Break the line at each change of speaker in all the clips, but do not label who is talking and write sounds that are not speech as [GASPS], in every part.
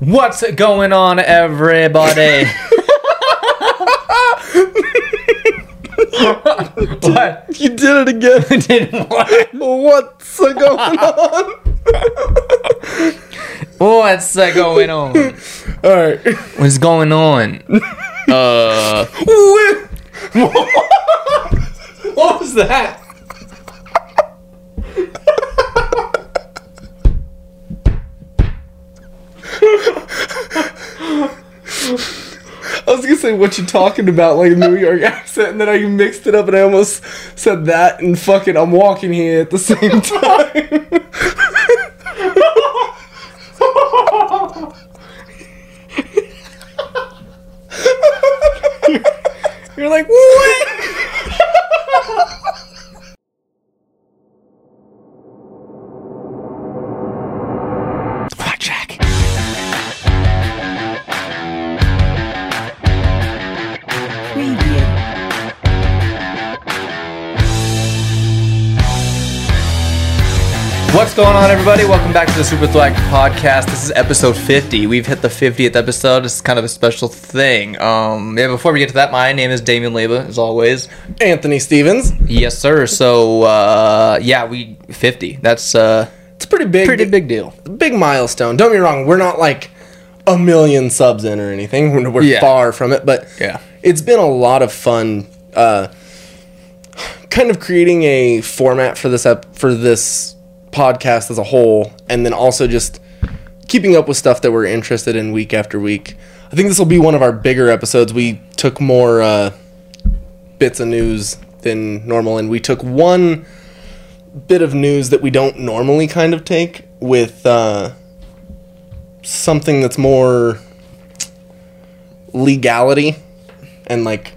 What's going on, [LAUGHS] everybody? what?
You
[LAUGHS]
did it again.
Did what?
What's going on?
What's uh, going on?
All right.
What's going on? Uh, what was that?
I was gonna say what you talking about, like a New York accent, and then I mixed it up, and I almost said that, and fucking, I'm walking here at the same time. [LAUGHS]
You're like what? Blackjack.
Preview.
What's going on, everybody? Welcome back to the Super Thwack Podcast. This is episode 50. We've hit the 50th episode. It's kind of a special thing. Um, yeah, before we get to that, my name is Damien Leba, as always.
Anthony Stevens.
Yes, sir. So, uh, yeah, we 50. That's uh,
It's a pretty big,
pretty big deal.
big milestone. Don't get me wrong, we're not like a million subs in or anything. We're, we're
Yeah.
far from it, but
Yeah.
it's been a lot of fun. Uh, kind of creating a format for this up for this podcast as a whole, and then also just keeping up with stuff that we're interested in week after week. I think this will be one of our bigger episodes. We took more uh, bits of news than normal, and we took one bit of news that we don't normally kind of take with uh, something that's more legality and like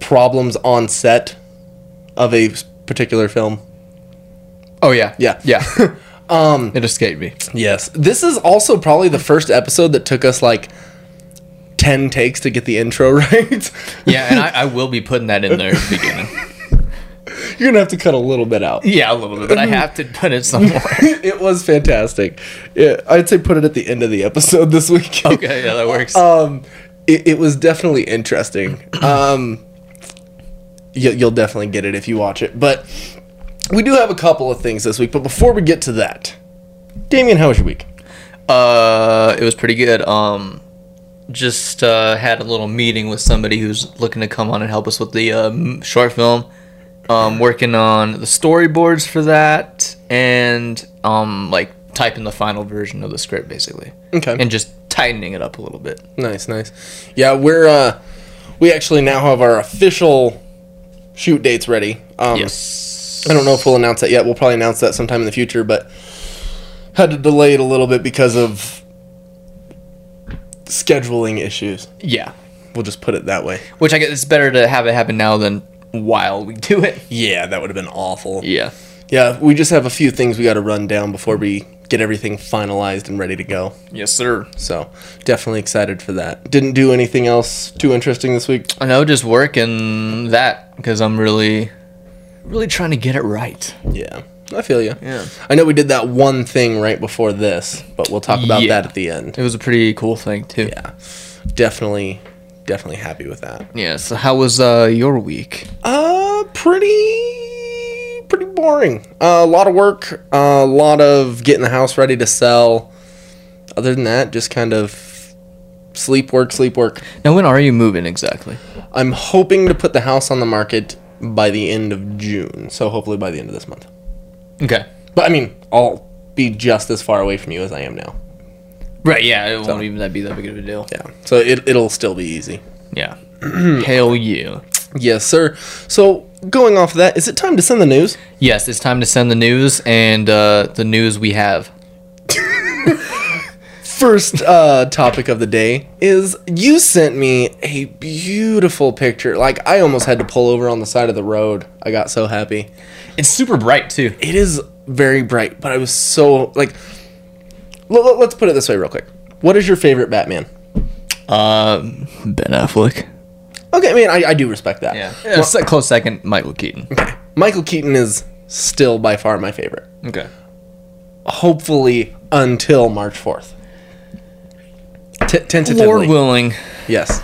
problems on set of a s- particular film.
Oh, yeah.
Yeah.
Yeah. um, it escaped me.
Yes. This is also probably the first episode that took us like 10 takes to get the intro [LAUGHS] right.
Yeah, and I, I will be putting that in there at the beginning. [LAUGHS]
You're going to have to cut a little bit out.
Yeah, a little bit, but I have to put it somewhere.
it was fantastic. Yeah, I'd say put it at the end of the episode this week.
[LAUGHS] okay, yeah, that works. Uh,
um, it, it was definitely [CLEARS THROAT] interesting. Um, you, you'll definitely get it if you watch it. But we do have a couple of things this week. But before we get to that, Damien, how was your week?
Uh, it was pretty good. Um, just uh, had a little meeting with somebody who's looking to come on and help us with the um, short film. Um, working on the storyboards for that, and um, like typing the final version of the script basically,
Okay.
and just tightening it up a little bit.
Nice, nice. Yeah, we're uh, we actually now have our official shoot dates ready. Um,
Yes.
I don't know if we'll announce that yet. We'll probably announce that sometime in the future, but had to delay it a little bit because of scheduling issues.
Yeah.
We'll just put it that way.
Which I guess it's better to have it happen now than while we do it.
Yeah, that would have been awful.
Yeah.
Yeah, we just have a few things we got to run down before we get everything finalized and ready to go.
Yes, sir.
So, definitely excited for that. Didn't do anything else too interesting this week.
I know, just work and that because I'm really, really trying to get it right.
Yeah, I feel you.
Yeah.
I know we did that one thing right before this, but we'll talk about
Yeah.
that at the end.
It was a pretty cool thing too.
Yeah, definitely, definitely happy with that.
Yeah. So how was uh, your week?
Uh, pretty, pretty boring. Uh, a lot of work, a lot of getting the house ready to sell. Other than that, just kind of sleep, work, sleep, work.
Now, when are you moving exactly?
I'm hoping to put the house on the market by the end of June, so hopefully by the end of this month.
Okay.
But I mean, I'll be just as far away from you as I am now.
Right. Yeah. It won't even that be that big of a deal.
Yeah, so it, it'll still be easy.
Yeah. [CLEARS THROAT] Hell yeah.
Yes, sir. So, going off of that, is it time to send the news?
Yes, it's time to send the news, and uh, the news we have.
First uh, topic of the day is you sent me a beautiful picture. Like, I almost had to pull over on the side of the road. I got so happy.
It's super bright too.
It is very bright, but I was so, like, l- l- let's put it this way, real quick. What is your favorite Batman?
Um, Ben Affleck.
Okay, I mean, I, I do respect that.
Yeah. a close second, Michael Keaton.
Michael Keaton is still by far my favorite.
Okay.
Hopefully, until March 4th. T- tentatively.
Lord willing,
Yes.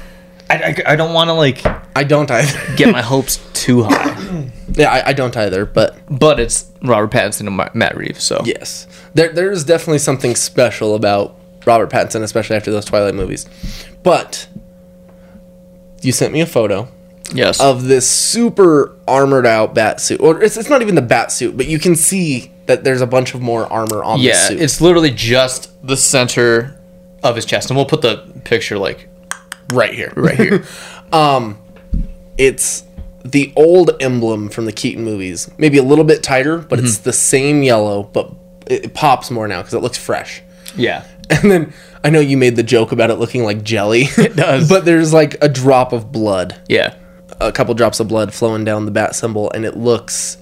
I, I, I don't want to like
I don't either.
[LAUGHS]
[LAUGHS]
get my hopes too high,
yeah, I, I don't either, but
but it's Robert Pattinson and Ma- Matt Reeves, so
yes. There, there is definitely something special about Robert Pattinson, especially after those Twilight movies. But you sent me a photo
yes,
of this super armored out bat suit. Or it's, it's not even the bat suit, but you can see that there's a bunch of more armor on
yeah.
the suit.
It's literally just the center of his chest, and we'll put the picture like
right here.
right
[LAUGHS]
here.
It's the old emblem from the Keaton movies. Maybe a little bit tighter, but it's the same yellow, but it, it pops more now because it looks fresh. [LAUGHS]
yeah,
And then I know you made the joke about it looking like jelly. It
does.
[LAUGHS] but there's like a drop of blood,
yeah.
a couple drops of blood flowing down the bat symbol, and it looks.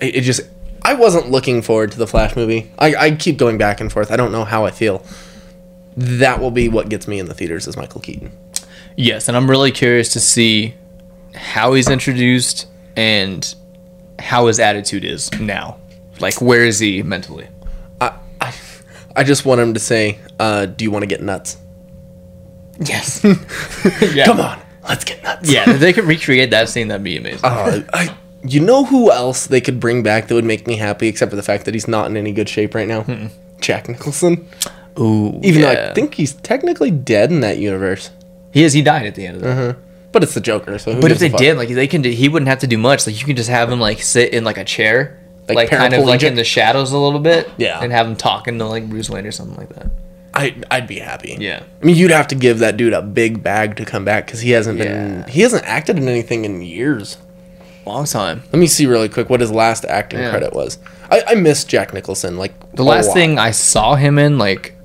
It, it just. I wasn't looking forward to the Flash movie. I, I keep going back and forth. I don't know how I feel. That will be what gets me in the theaters is Michael Keaton.
Yes, and I'm really curious to see how he's introduced and how his attitude is now. Like, where is he mentally?
I, I, I just want him to say, uh, "Do you want to get nuts? [LAUGHS]
Yes. [LAUGHS] yeah.
Come on, let's get nuts."
Yeah, if they could recreate that scene, that'd be amazing.
Uh, I, you know who else they could bring back that would make me happy, except for the fact that he's not in any good shape right now? Jack Nicholson.
Ooh,
Even though
yeah.
I think he's technically dead in that universe,
he is. He died at the end of
Uh-huh.
that.
but it's the Joker. So, who
But if
gives a
they
fuck?
did, like they can, do, he wouldn't have to do much. Like you can just have him like sit in like a chair,
Like
like, kind of like
paraplegic?
in the shadows a little bit,
Yeah.
and have him talking to like Bruce Wayne or something like that.
I, I'd be happy.
Yeah.
I mean, you'd have to give that dude a big bag to come back because he hasn't
Yeah.
been he hasn't acted in anything in years.
Long time.
Let me see really quick what his last acting
Yeah.
credit was. I, I miss Jack Nicholson. Like
The
a
last
lot.
thing I saw him in, like,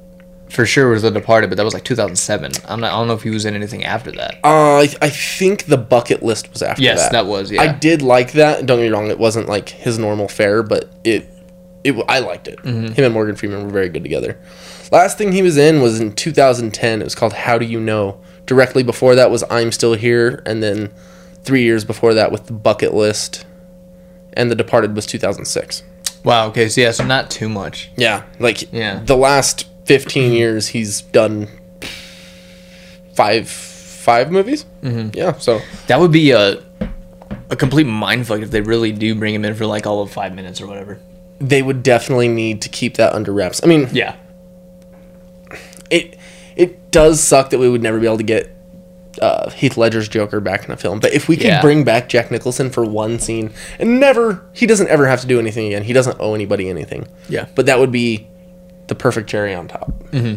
for sure was The Departed, but that was like 2007. I'm not. I don't know if he was in anything after that.
Uh, I, I think the bucket list was after
Yes,
that.
that was, yeah.
I did like that. Don't get me wrong; it wasn't like his normal fare, but it, it w- I liked it.
Mm-hmm.
Him and Morgan Freeman were very good together. Last thing he was in was in 2010. It was called How Do You Know. Directly before that was I'm Still Here, and then three years before that with the Bucket List, and The Departed was 2006.
Wow. Okay. So yeah. So not too much.
Yeah, like
Yeah.
the last 15 years he's done five five movies. Mm-hmm. Yeah, so.
That would be a a complete mindfuck if they really do bring him in for like all of five minutes or whatever.
they would definitely need to keep that under wraps. I mean,
Yeah.
it it does suck that we would never be able to get uh, Heath Ledger's Joker back in a film, but if we could
Yeah.
bring back Jack Nicholson for one scene and never, he doesn't ever have to do anything again. He doesn't owe anybody anything.
Yeah. Mm-hmm.
But that would be the perfect cherry on top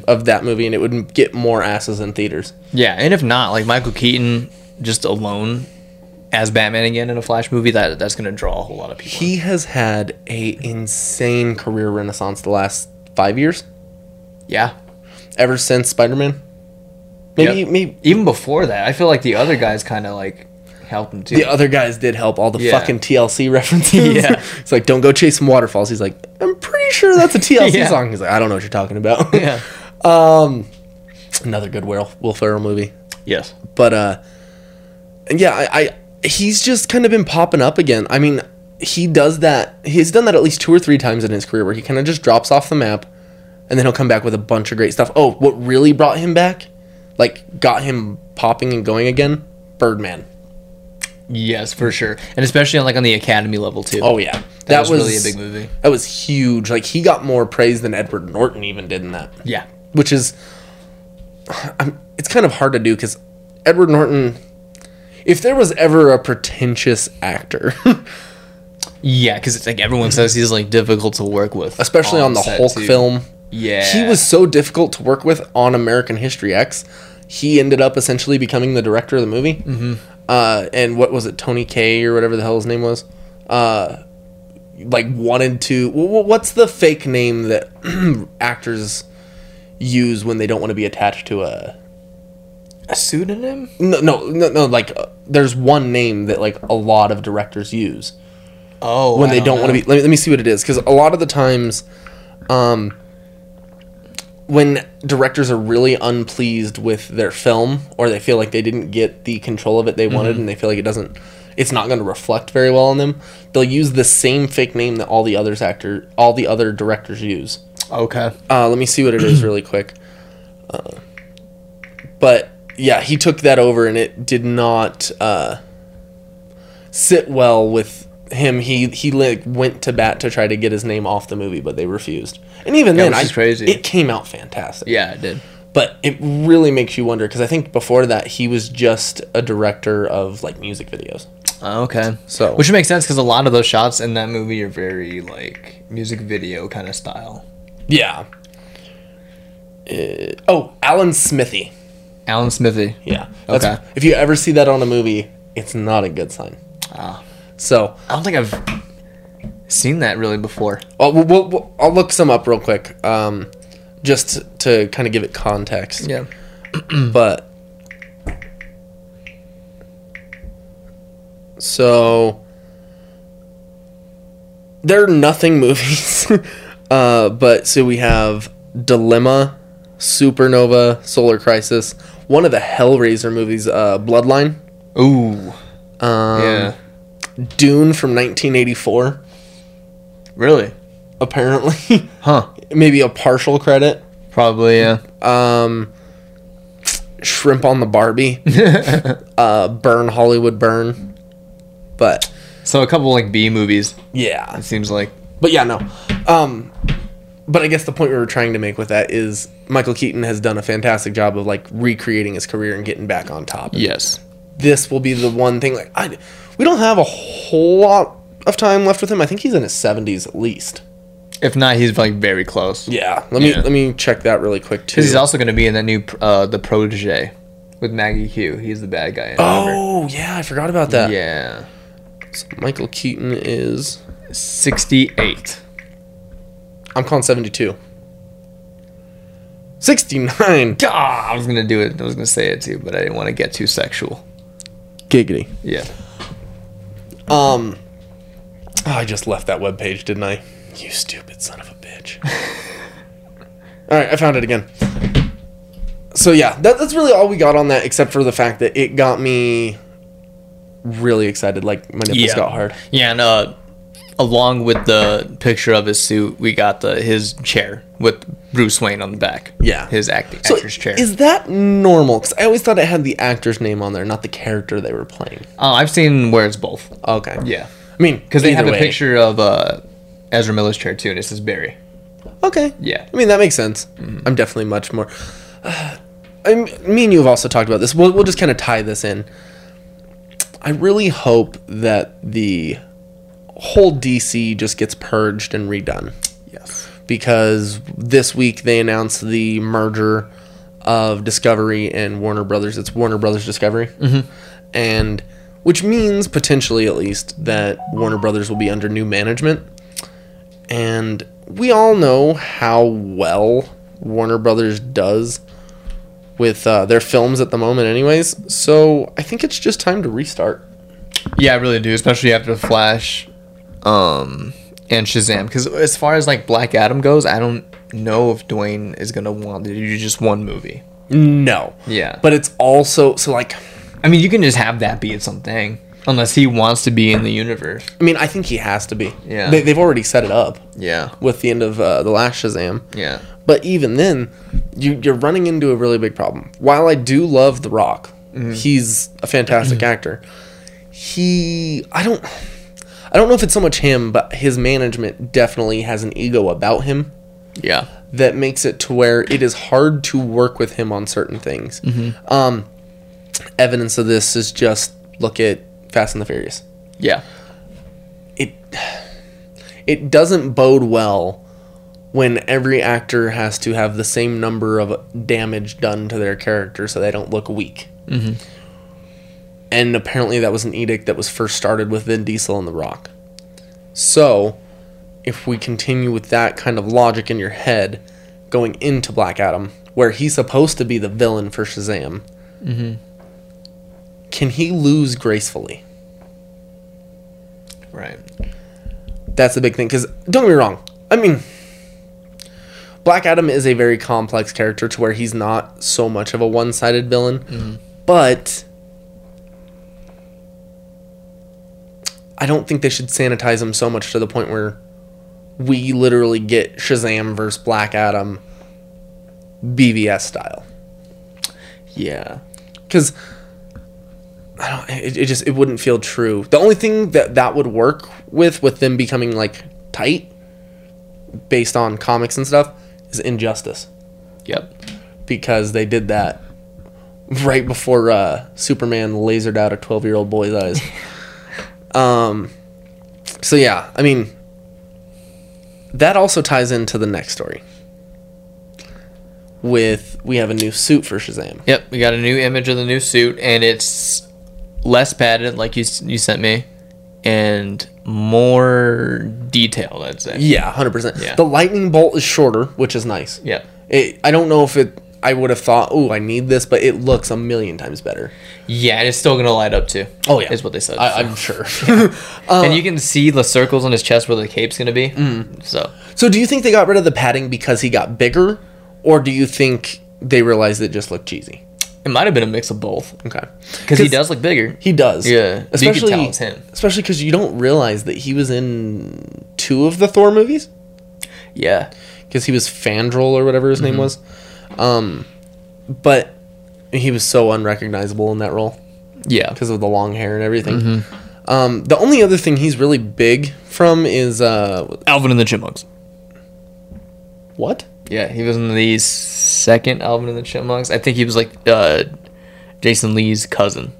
of that movie, and it would get more asses in theaters.
Yeah, and if not, like Michael Keaton just alone as Batman again in a Flash movie, that that's gonna draw a whole lot of people.
He has had a insane career renaissance the last five years,
yeah.
ever since Spider Man. Maybe,
Yep.
maybe
Even before that, I feel like the other guys kind of like helped him too.
the other guys did help all the
Yeah. [LAUGHS]
fucking TLC references.
Yeah.
It's like, don't go chasing waterfalls. He's like, I'm pretty sure that's a
[LAUGHS]
TLC
Yeah.
song. He's like, I don't know what you're talking about.
[LAUGHS] [LAUGHS] yeah.
[LAUGHS] Another good Will, Will Ferrell movie.
Yes.
But, uh, and yeah, I, I, he's just kind of been popping up again. I mean, he does that. He's done that at least two or three times in his career where he kind of just drops off the map and then he'll come back with a bunch of great stuff. Oh, what really brought him back? Like, got him popping and going again? Birdman.
Yes, for sure, and especially on like on the Academy level too.
Oh, yeah. That,
that, was, really a big movie.
That was huge. Like he got more praise than Edward Norton even did in that,
Yeah.
which is, I'm, it's kind of hard to do because Edward Norton, if there was ever a pretentious actor, [LAUGHS]
Yeah, because it's like everyone says he's like difficult to work with,
especially on, the
set,
Hulk
too.
film,
Yeah,
he was so difficult to work with on American History X. He ended up essentially becoming the director of the movie. Mm-hmm. Uh, and what was it, Tony K or whatever the hell his name was? Uh, like wanted to. wh- wh- What's the fake name that [CLEARS THROAT] actors use when they don't want to be attached to a?
a pseudonym.
No, no, no, no. Like, uh, there's one name that like a lot of directors use
Oh,
when they don't want to be. Let me, let me see what it is, because a lot of the times, um, when directors are really unpleased with their film, or they feel like they didn't get the control of it they wanted, and they feel like it doesn't, it's not going to reflect very well on them. They'll use the same fake name that all the others actor, all the other directors use.
Okay,
Uh, let me see what it is really quick. But yeah, he took that over, and it did not uh, sit well with him. He he like went to bat to try to get his name off the movie, but they refused. And even
Yeah,
then,
which is
I-
crazy.
It came out fantastic.
Yeah, it did.
But it really makes you wonder because I think before that he was just a director of like music videos.
Oh, okay.
So-
which makes sense because a lot of those shots in that movie are very like music video kind of style.
Yeah. Uh, oh, Alan Smithy.
Alan Smithy.
Yeah. That's,
Okay.
If you ever see that on a movie, it's not a good sign.
Ah.
So
I don't think I've seen that really before.
I'll, we'll, we'll, I'll look some up real quick, um, just to kind of give it context.
Yeah.
But so they're nothing [LAUGHS] movies, uh, but so we have Dilemma, Supernova, Solar Crisis, one of the Hellraiser movies, uh, Bloodline,
Ooh.
um,
yeah.
Dune from 1984,
Really?
apparently, [LAUGHS]
Huh.
maybe a partial credit.
Probably. Yeah.
Um, shrimp on the Barbie. uh, burn Hollywood burn. But
[LAUGHS] So a couple like B movies.
yeah,
It seems like.
but yeah, no. Um, but I guess the point we were trying to make with that is Michael Keaton has done a fantastic job of like recreating his career and getting back on top.
Yes.
This will be the one thing like I, we don't have a whole lot of time left with him. I think he's in his seventies at least.
If not, he's like very close.
Yeah, let me
Yeah.
let me check that really quick too.
Because he's also going to be in that new uh, the protege with Maggie Q. He's the bad guy. In Oliver.
oh yeah, I forgot about that.
yeah.
Michael Keaton is
Sixty-eight.
I'm calling 72. 69.
Ah, I was gonna do it. I was gonna say it too, but I didn't want to get too sexual.
Giggity.
Yeah.
Um, oh, I just left that webpage, didn't I? You stupid son of
[LAUGHS]
a bitch. all right, I found it again. So, yeah, that, that's really all we got on that, except for the fact that it got me really excited. Like, my nipples
Yeah.
got hard.
Yeah, and uh, along with the picture of his suit, we got the his chair with Bruce Wayne on the back.
Yeah.
His acting
So,
actor's chair.
is that normal? Because I always thought it had the actor's name on there, not the character they were playing.
oh, I've seen where it's both.
Okay.
Yeah.
I mean,
Because they have
either
a
way.
picture of uh, Ezra Miller's chair too, and it says Barry.
Okay.
Yeah. Mm-hmm.
I mean, that makes sense. I'm definitely much more. [SIGHS] I m me and you have also talked about this. We'll, we'll just kind of tie this in. I really hope that the whole DC just gets purged and redone
Yes.
because this week they announced the merger of Discovery and Warner Brothers. It's Warner Brothers Discovery, mm-hmm. and which means potentially, at least, that Warner Brothers will be under new management. And we all know how well Warner Brothers does with uh, their films at the moment, anyways. So I think it's just time to restart.
Yeah, I really do, especially after Flash, um, and Shazam. Because as far as like Black Adam goes, I don't know if Dwayne is gonna want to do just one movie.
No.
Yeah.
But it's also so like.
I mean, you can just have that be its own thing, unless he wants to be in the universe.
I mean, I think he has to be.
Yeah.
They, they've already set it up.
Yeah.
with the end of uh, the last Shazam.
Yeah.
But even then, you, you're running into a really big problem. While I do love The Rock, he's a fantastic actor. He, I don't, I don't know if it's so much him, but his management definitely has an ego about him
Yeah.
that makes it to where it is hard to work with him on certain things. Um, evidence of this is just look at Fast and the Furious
Yeah.
it it doesn't bode well when every actor has to have the same number of damage done to their character so they don't look weak. Mm-hmm. And apparently, that was an edict that was first started with Vin Diesel and The Rock. So, if we continue with that kind of logic in your head going into Black Adam, where he's supposed to be the villain for Shazam, can he lose gracefully?
Right.
that's the big thing. Because don't get me wrong, I mean, Black Adam is a very complex character to where he's not so much of a one-sided villain, but I don't think they should sanitize him so much to the point where we literally get Shazam versus Black Adam BVS style.
Yeah.
because I don't. It, it just it wouldn't feel true. The only thing that that would work with with them becoming like tight, based on comics and stuff, is Injustice
Yep.
because they did that right before uh, Superman lasered out a twelve year old boy's eyes. um. So yeah, I mean, that also ties into the next story. With we have a new suit for Shazam.
Yep. We got a new image of the new suit, and it's less padded, like you s- you sent me, and more detailed. I'd say.
Yeah, hundred percent.
Yeah.
The lightning bolt is shorter, which is nice.
Yeah.
It, I don't know if it. I would have thought, oh, I need this, but it looks a million times better.
Yeah, and it's still gonna light up too.
Oh, yeah.
is what they said.
I,
[LAUGHS]
I'm sure. [LAUGHS]
and you can see the circles on his chest where the cape's gonna be. So
so, do you think they got rid of the padding because he got bigger, or do you think they realized it just looked cheesy?
it might have been a mix of both
Okay,
because he does look bigger.
He does.
Yeah, but you can
especially
tell it's him.
Especially because you don't realize that he was in two of the Thor movies
Yeah,
because he was Fandral or whatever his name
Mm-hmm.
was. Um, but he was so unrecognizable in that role.
yeah,
because of the long hair and everything.
Mm-hmm.
Um, the only other thing he's really big from is uh,
Alvin and the Chipmunks.
what?
Yeah, he was in the second Alvin and the Chipmunks. I think he was like uh, Jason Lee's cousin.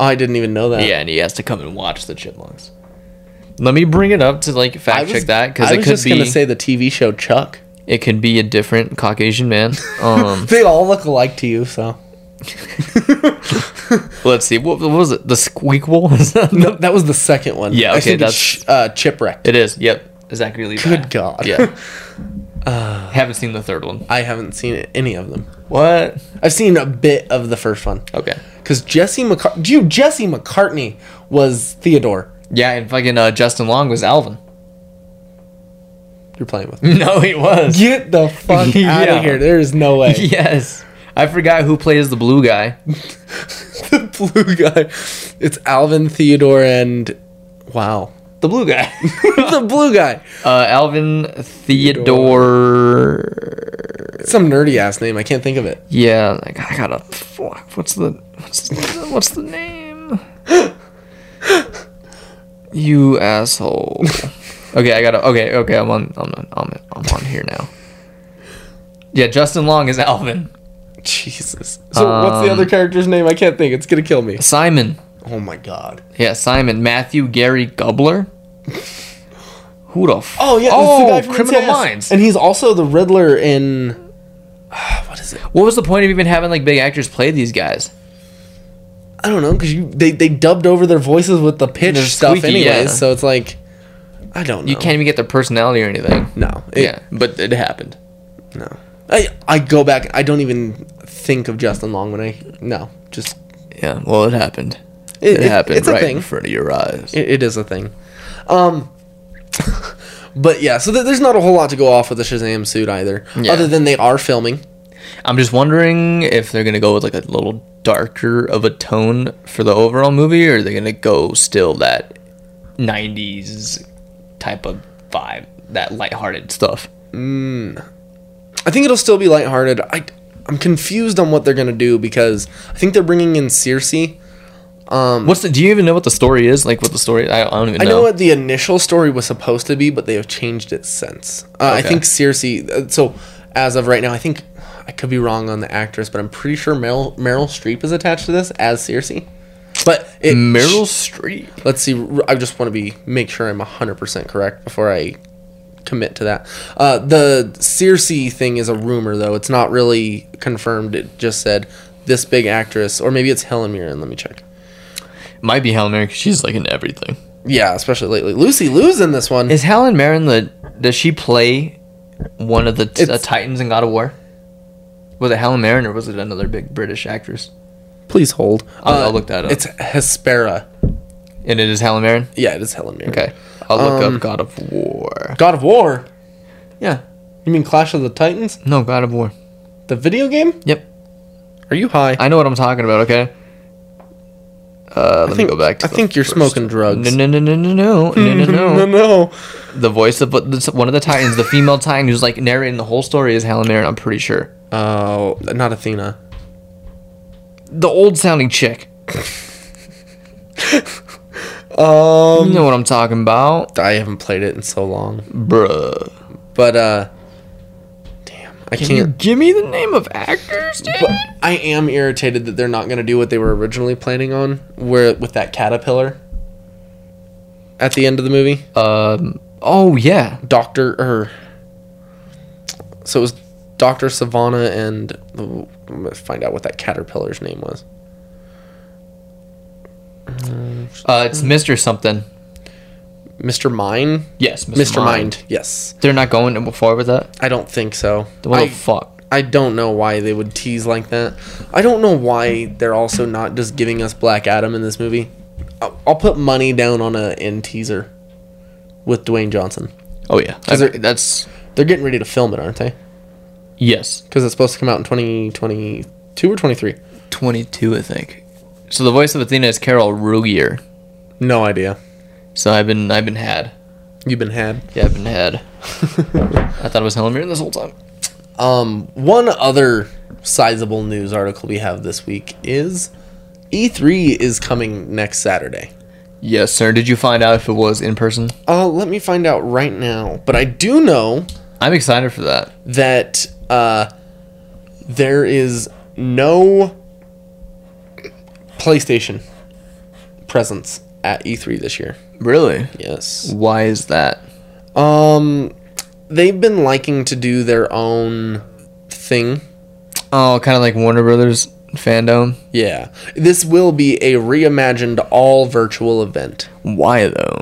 Oh, I didn't even know that.
Yeah, and he has to come and watch the Chipmunks. Let me bring it up to like
I
fact
was,
check that because
I
it
was
could
just gonna
be
say the TV show Chuck.
it could be a different Caucasian
[LAUGHS]
man. Um,
They all look alike to
[LAUGHS]
you, so
let's see, what, what was it? The Squeakquel? [LAUGHS] Is that-
no, that was the second one.
Yeah,
I
okay,
think it's
that's-
sh- uh, Chipwreck.
It is. Yep. Zachary Levi.
Good God.
Yeah. [SIGHS] Haven't seen the third one.
[LAUGHS] I haven't seen any of them.
What?
I've seen a bit of the first one
Okay.
because Jesse McCart- dude, Jesse McCartney was Theodore.
Yeah, and fucking uh, Justin Long was Alvin. [LAUGHS]
You're playing with.
No, he was.
Get the fuck out
Mm. [LAUGHS] Yeah.
of here! There is no way.
[LAUGHS] Yes. I forgot who plays the blue guy.
[LAUGHS] the blue guy. It's Alvin Theodore and wow, [LAUGHS]
The blue guy.
the blue guy.
[LAUGHS] uh, Alvin Theodore.
Some nerdy ass name. I can't think of it.
Yeah, like I gotta. Fuck. What's the what's the, what's the [GASPS] name? You asshole. Okay, I gotta. Okay, okay. I'm on. I'm on. I'm, I'm on here now. Yeah, Justin Long is Alvin.
Jesus. So what's
Um,
the other character's name? I can't think. It's gonna kill me.
Simon.
Oh my god.
Yeah, Simon. Matthew Gary Gubler. Who the f-
Oh yeah.
Oh,
that's the guy from
Criminal
NCIS.
Minds.
And he's also the Riddler in. what is it?
What was the point of even having like big actors play these guys?
I don't know because you they they dubbed over their voices with the pitch
The
stuff
squeaky,
anyways.
yeah.
So it's like, I don't know.
You can't even get their personality or anything.
No. It-
yeah, but it happened.
No. I I go back. I don't even think of Justin Long when I no just
Yeah, well, it happened.
It- it- it's a thing.
front of your eyes.
It, it is a thing. Um, [LAUGHS] but yeah, so th- there's not a whole lot to go off with the Shazam suit either,
Yeah.
other than they are filming.
I'm just wondering if they're gonna go with like a little darker of a tone for the overall movie, or they're gonna go still that '90s type of vibe, that lighthearted stuff.
I think it'll still be lighthearted. I I'm confused on what they're gonna do because I think they're bringing in Circe.
What's the? Do you even know what the story is? Like what the story? I, I don't even
Um, I
know.
know what the initial story was supposed to be, but they have changed it since. Uh, I
Okay.
think Circe. uh, So as of right now, I think I could be wrong on the actress, but I'm pretty sure Meryl Meryl Streep is attached to this as Circe. But it,
Meryl Streep.
let's see r- i just want to be make sure i'm 100% correct before i commit to that uh, the circe thing is a rumor though it's not really confirmed it just said this big actress or maybe it's helen mirren let me check
Might be Helen Mirren 'cause she's like in everything.
yeah especially lately lucy lou's in this one
Is Helen Mirren the? Does she play one of the t- uh,
It's-
Titans in God of War? Was it Helen Mirren or was it another big British actress?
please hold
I'll- I'll look that up.
Uh, it's hespera
And it is Helen Mirren.
yeah it is helen mirren
Okay, I'll look
Um,
up God of War.
god of war
Yeah,
you mean clash of the titans
no God of War.
the video game
Yep,
are you high
I know what I'm talking about. Okay. Uh, let
think-
me go back. To
I think you're smoking drugs.
No, no, no, no, no, no, no,
no [LAUGHS]
no.
no
The voice of this- one of the Titans, the female Titan
Uh,
who's like narrating the whole story, is Helen Mirren. I'm pretty sure.
oh not athena
the old sounding chick.
Um, Uh,
You know what I'm talking about,
I haven't played it in so long,
bruh.
but uh, damn, I
Can you
can't.
give me the name of actors, dude?
But I am irritated that they're not gonna do what they were originally planning on, where with that caterpillar. At the end of the movie, Uh,
Um. Oh yeah.
Doctor or so it was Doctor Savannah and I'm gonna find out what that caterpillar's name was.
Uh, it's Mr. Something.
Mr. Mine,
Yes,
Mr. Mind. Yes,
They're not going forward with that.
I don't think so.
What
I-
the fuck?
I don't know why they would tease like that. I don't know why they're also not just giving us Black Adam in this movie. I'll, I'll put money down on a end teaser with Dwayne Johnson.
Oh yeah.
Is there-
that's
They're getting ready to film it, aren't they?
yes.
Because it's supposed to come out in 2022 or 23.
22, I think. So the voice of Athena is Carol Rugier.
No idea.
So I've been I've been had.
You've been had.
Yeah, I've been [LAUGHS] had. I thought it was Helen Mirren this whole time.
Um, one other sizable news article we have this week is E3 is coming next Saturday.
Yes, sir. Did you find out if it was in person?
Uh, let me find out right now. But I do know
I'm excited for that.
that uh, there is no PlayStation presence at E3 this year.
Really?
Yes.
Why is that?
Um, they've been liking to do their own thing.
Oh, kind of like Warner Brothers fandom.
Yeah. This will be a reimagined all virtual event
Why though?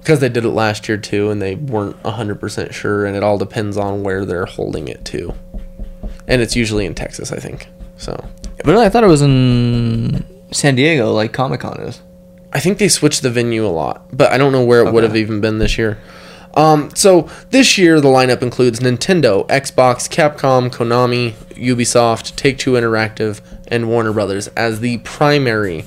because they did it last year too and they weren't 100% sure and it all depends on where they're holding it to. And it's usually in Texas, I think. So,
Really, I thought it was in San Diego, like Comic Con is.
I think they switched the venue a lot, but I don't know where it would have even been this year. Um, so this year the lineup includes Nintendo, Xbox, Capcom, Konami, Ubisoft, Take Two Interactive, and Warner Brothers as the primary.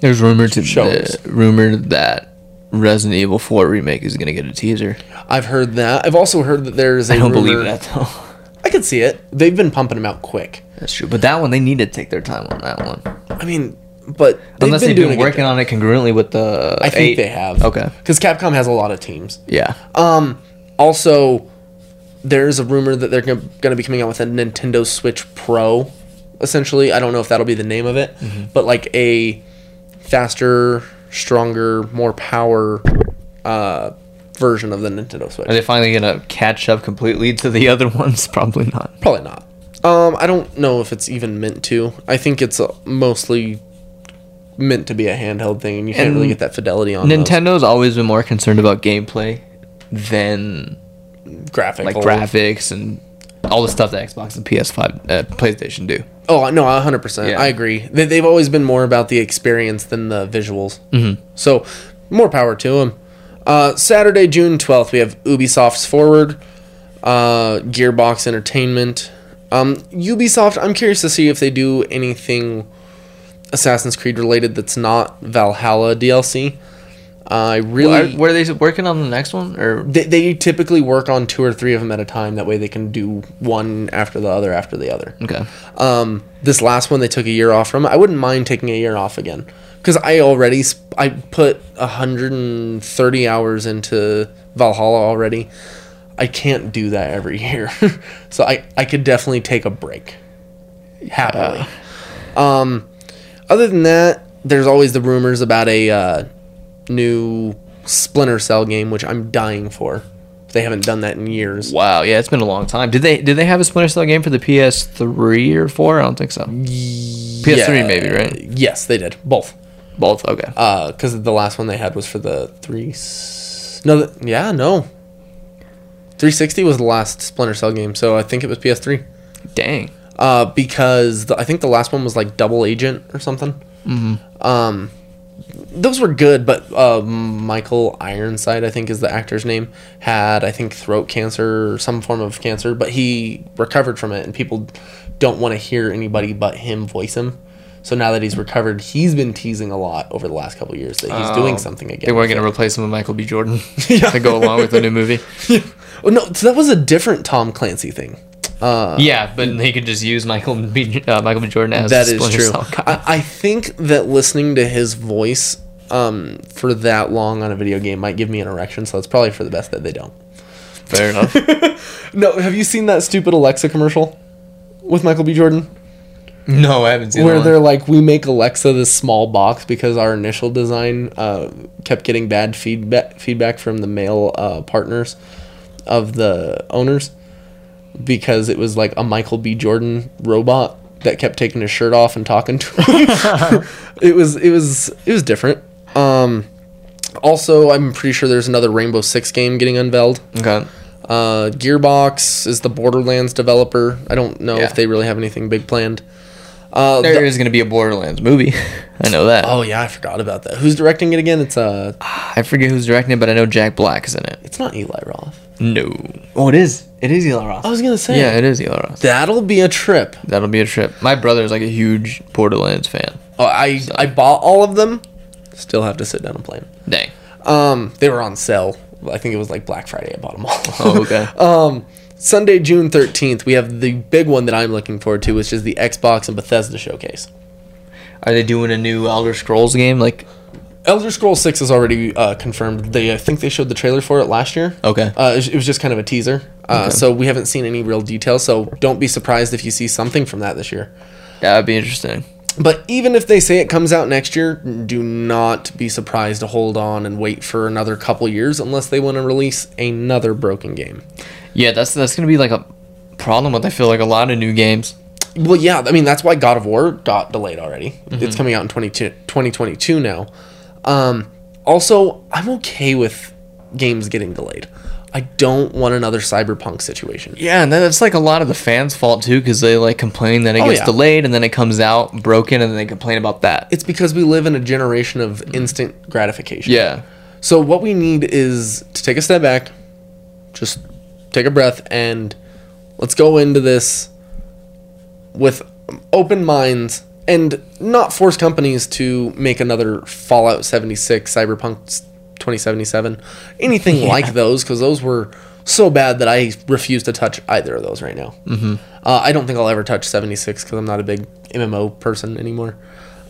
There's rumored to
Shows.
uh, rumored that Resident Evil 4 remake is gonna get a teaser.
I've heard that. I've also heard that there is a.
I don't believe
rumor-
that though. [LAUGHS]
I can see it. They've been pumping them out quick.
That's true, but that one they need to take their time on that one.
I mean, but they've
Unless they've been
doing a good
working
job.
on it congruently with the.
I think
eight.
they have.
Okay.
Because Capcom has a lot of teams.
Yeah.
Um, also, there's a rumor that they're going to be coming out with a Nintendo Switch Pro, essentially. I don't know if that'll be the name of it,
Mm-hmm.
but like a faster, stronger, more power uh, version of the Nintendo Switch.
Are they finally gonna catch up completely to the [LAUGHS] other ones? Probably not.
Probably not. Um, I don't know if it's even meant to. I think it's uh, mostly meant to be a handheld thing, and you can't
And
really get that fidelity on those
Nintendo's always been more concerned about gameplay than
graphic.
like
holes.
graphics and all the stuff that Xbox and PS5, uh, PlayStation do.
Oh no, hundred percent.
Yeah.
I agree. They, they've always been more about the experience than the visuals. Mm-hmm. So, more power to them. Uh, Saturday, June twelfth, we have Ubisoft's Forward, uh, Gearbox Entertainment, um, Ubisoft. I'm curious to see if they do anything Assassin's Creed related that's not Valhalla DLC. Uh, I
Are,
really.
were they working on the next one or?
they, they typically work on two or three of them at a time. That way, they can do one after the other after the other.
Okay.
Um, this last one they took a year off from. I wouldn't mind taking a year off again because I already sp- I put 130 hours into Valhalla already. I can't do that every year, [LAUGHS] so I I could definitely take a break happily. Um, other than that, there's always the rumors about a uh, new Splinter Cell game, which I'm dying for. They haven't done that in years.
Wow. Yeah, it's been a long time. Did they did they have a Splinter Cell game for the PS3 or four? I don't think so. PS3
Yeah.
maybe right?
Yes, they did both.
Both. Uh, Okay.
because Uh, the last one they had was for the three. s- No, th- yeah, no. 360 was the last Splinter Cell game, so I think it was PS3.
Dang.
Uh, because the, I think the last one was like Double Agent or something. Mm-hmm. Um, those were good, but uh, Michael Ironside, I think is the actor's name, had I think throat cancer or some form of cancer, but he recovered from it, and people don't want to hear anybody but him voice him. So now that he's recovered, he's been teasing a lot over the last couple of years that he's doing something again.
They weren't going to replace him with Michael B. [LAUGHS] Jordan [LAUGHS]
Yeah.
to go along with the new movie.
Oh no, so that was a different Tom Clancy thing.
yeah, but they could just use Michael B. Uh, Michael B. Jordan as
That is
Splinter
true.
Cell guy.
I, I think that listening to his voice um, for that long on a video game might give me an erection, so it's probably for the best that they don't.
Fair enough.
No, have you seen that stupid Alexa commercial with Michael B. Jordan?
[LAUGHS] no, I haven't seen
Where
that
they're like, we make Alexa this small box because our initial design uh, kept getting bad feedback feedback from the male uh, partners of the owners because it was like a Michael B. Jordan robot that kept taking his shirt off and talking to him. it was it was it was different. Um, also, I'm pretty sure there's another Rainbow Six game getting unveiled.
one. Okay.
Uh, Gearbox is the Borderlands developer. I don't know
Yeah.
if they really have anything big planned. Uh,
There
the-
is going to be a Borderlands movie. [LAUGHS] I know that.
oh yeah, I forgot about that. Who's directing it again? It's uh,
I forget who's directing it, but I know Jack Black is in it.
it's not Eli Roth.
No. Oh, it is. It is Eli Roth.
I was gonna say
yeah, it is Eli Roth.
that'll be a trip.
That'll be a trip. My brother is like a huge Borderlands fan.
Oh, I I bought all of them. Still have to sit down and play 'em.
Dang.
Um, they were on sale. I think it was like Black Friday. I bought them all.
Oh, okay.
[LAUGHS] um, Sunday, June thirteenth, we have the big one that I'm looking forward to, which is the Xbox and Bethesda showcase.
Are they doing a new Elder Scrolls game? Like,
Elder Scrolls Six is already uh, confirmed. They I think they showed the trailer for it last year.
Okay.
uh, it was- it was just kind of a teaser. Uh, So we haven't seen any real details. So don't be surprised if you see something from that this year.
yeah, that'd be interesting.
But even if they say it comes out next year, do not be surprised to hold on and wait for another couple years unless they want to release another broken game.
Yeah, that's that's gonna be like a problem with I feel like a lot of new games.
Well, yeah, I mean that's why God of War got delayed already. It's coming out in 22, 2022 now. Um, also, I'm okay with games getting delayed. I don't want another cyberpunk situation.
Yeah, and that's like a lot of the fans' fault too, because they like complain that it gets
yeah.
delayed and then it comes out broken, and then they complain about that.
It's because we live in a generation of instant gratification.
Yeah,
So what we need is to take a step back, just take a breath, and let's go into this with open minds and not force companies to make another Fallout 76, Cyberpunk 2077, anything like those, because those were so bad that I refuse to touch either of those right now. Mm-hmm. Uh, I don't think I'll ever touch 76 because I'm not a big MMO person anymore.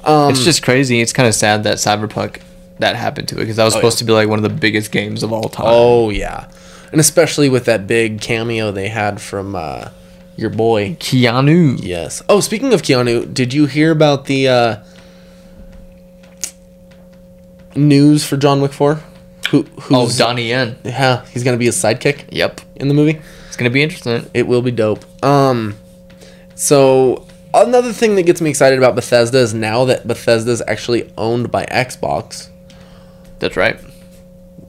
it's just crazy. It's kind of sad that Cyberpunk that happened to it because that was supposed to be like one of the biggest games of all time.
Oh yeah, and especially with that big cameo they had from uh, your boy.
Keanu.
Yes. Oh, speaking of Keanu, did you hear about the uh, news for John Wick Four? Who?
Oh,
Who's?
Donnie Yen.
yeah, he's gonna be his sidekick
Yep,
in the movie.
it's gonna be interesting.
It will be dope. Um, so another thing that gets me excited about Bethesda is now that Bethesda is actually owned by Xbox.
That's right.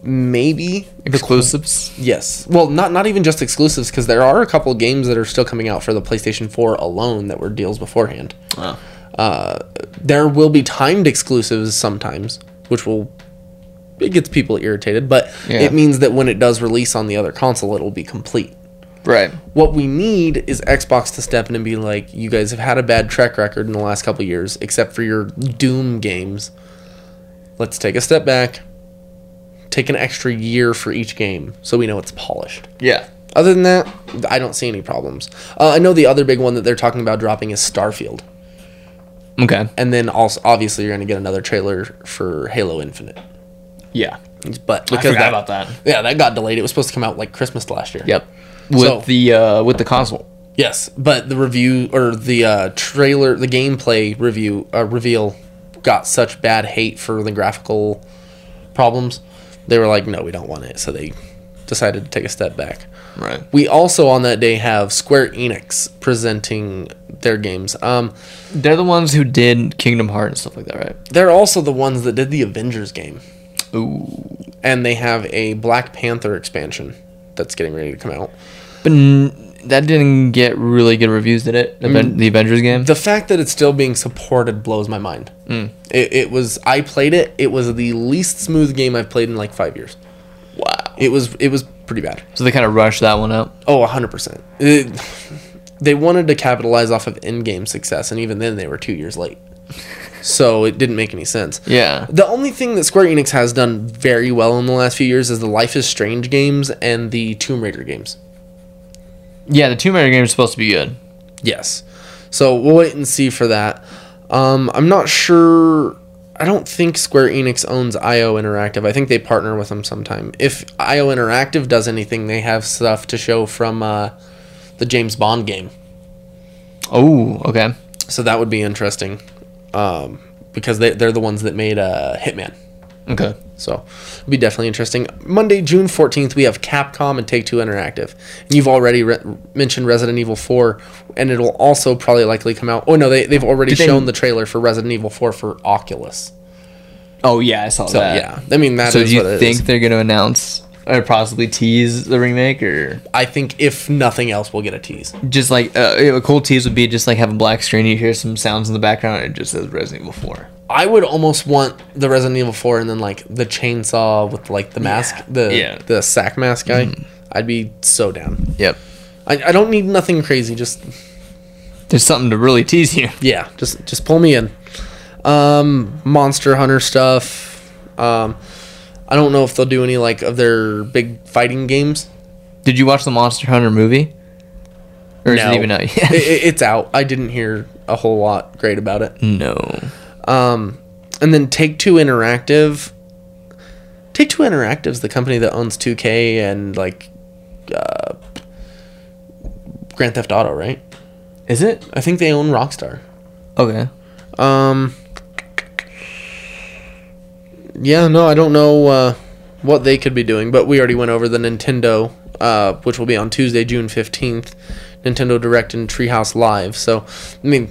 Maybe
Exclusives.
Yes. Well, not not even just exclusives because there are a couple games that are still coming out for the PlayStation 4 alone that were deals beforehand.
Oh.
There will be timed exclusives sometimes, which will it gets people irritated, but
Yeah.
it means that when it does release on the other console, it'll be complete.
Right.
What we need is Xbox to step in and be like, you guys have had a bad track record in the last couple years, except for your Doom games. Let's take a step back, take an extra year for each game so we know it's polished.
Yeah.
Other than that, I don't see any problems. Uh, I know the other big one that they're talking about dropping is Starfield,
Okay.
and then also obviously you're going to get another trailer for Halo Infinite.
Yeah.
But because
that.
Yeah, that got delayed. It was supposed to come out like Christmas last year.
Yep. With
So-
the uh, with the console.
Yes, but the review or the uh, trailer, the gameplay review uh, reveal got such bad hate for the graphical problems. They were like, "No, we don't want it." So they decided to take a step back.
Right.
We also on that day have Square Enix presenting their games. Um,
They're the ones who did Kingdom Hearts and stuff like that, right?
they're also the ones that did the Avengers game,
Ooh.
and they have a Black Panther expansion that's getting ready to come out.
But n- that didn't get really good reviews, did it? Aven- Mm. the Avengers game?
The fact that it's still being supported blows my mind.
Mm.
It, it was I played it. It was the least smooth game I've played in like five years.
wow.
It was it was pretty bad.
So they kind of rushed that one out.
Oh, 100%. It- [LAUGHS] they wanted to capitalize off of in-game success, and even then they were two years late.
[LAUGHS]
So it didn't make any sense.
Yeah.
The only thing that Square Enix has done very well in the last few years is the Life is Strange games and the Tomb Raider games.
Yeah, the Tomb Raider game is supposed to be good.
Yes. So we'll wait and see for that. Um, I'm not sure. I don't think Square Enix owns IO Interactive. I think they partner with them sometime. If IO Interactive does anything, they have stuff to show from uh, the James Bond game.
Oh, okay.
So that would be interesting um, because they, they're the ones that made uh, Hitman.
Okay.
So it'll be definitely interesting. Monday, June 14th, we have Capcom and Take Two Interactive. And you've already re- mentioned Resident Evil 4, and it'll also probably likely come out. Oh, no, they, they've already
Did they-
shown the trailer for Resident Evil 4 for Oculus.
Oh yeah, I saw
So,
that.
yeah. I mean, that
So
is
do
what it
you
is.
think they're gonna announce or possibly tease the remake or
I think if nothing else, we'll get a tease.
just like uh, a cool tease would be just like have a black screen, you hear some sounds in the background, and it just says Resident Evil Four.
I would almost want the Resident Evil 4 and then, like, the chainsaw with, like, the mask, the,
Yeah. Mm-hmm.
the sack mask guy. I'd be so down.
Yep.
I, I don't need nothing crazy, just
There's something to really tease you. [LAUGHS]
yeah just just pull me in um monster hunter stuff um i don't know if they'll do any like of their big fighting games
Did you watch the Monster Hunter movie? Or is
No.
it even [LAUGHS] out
I- I-
yet?
it's out i didn't hear a whole lot great about it Um,
no.
and then take two interactive take two interactive's the company that owns 2k and like uh grand theft auto right
Is it?
i think they own rockstar
Okay.
Um. Yeah, no, I don't know uh, what they could be doing, but we already went over the Nintendo, uh, which will be on Tuesday, June fifteenth. Nintendo Direct and Treehouse Live. So, I mean,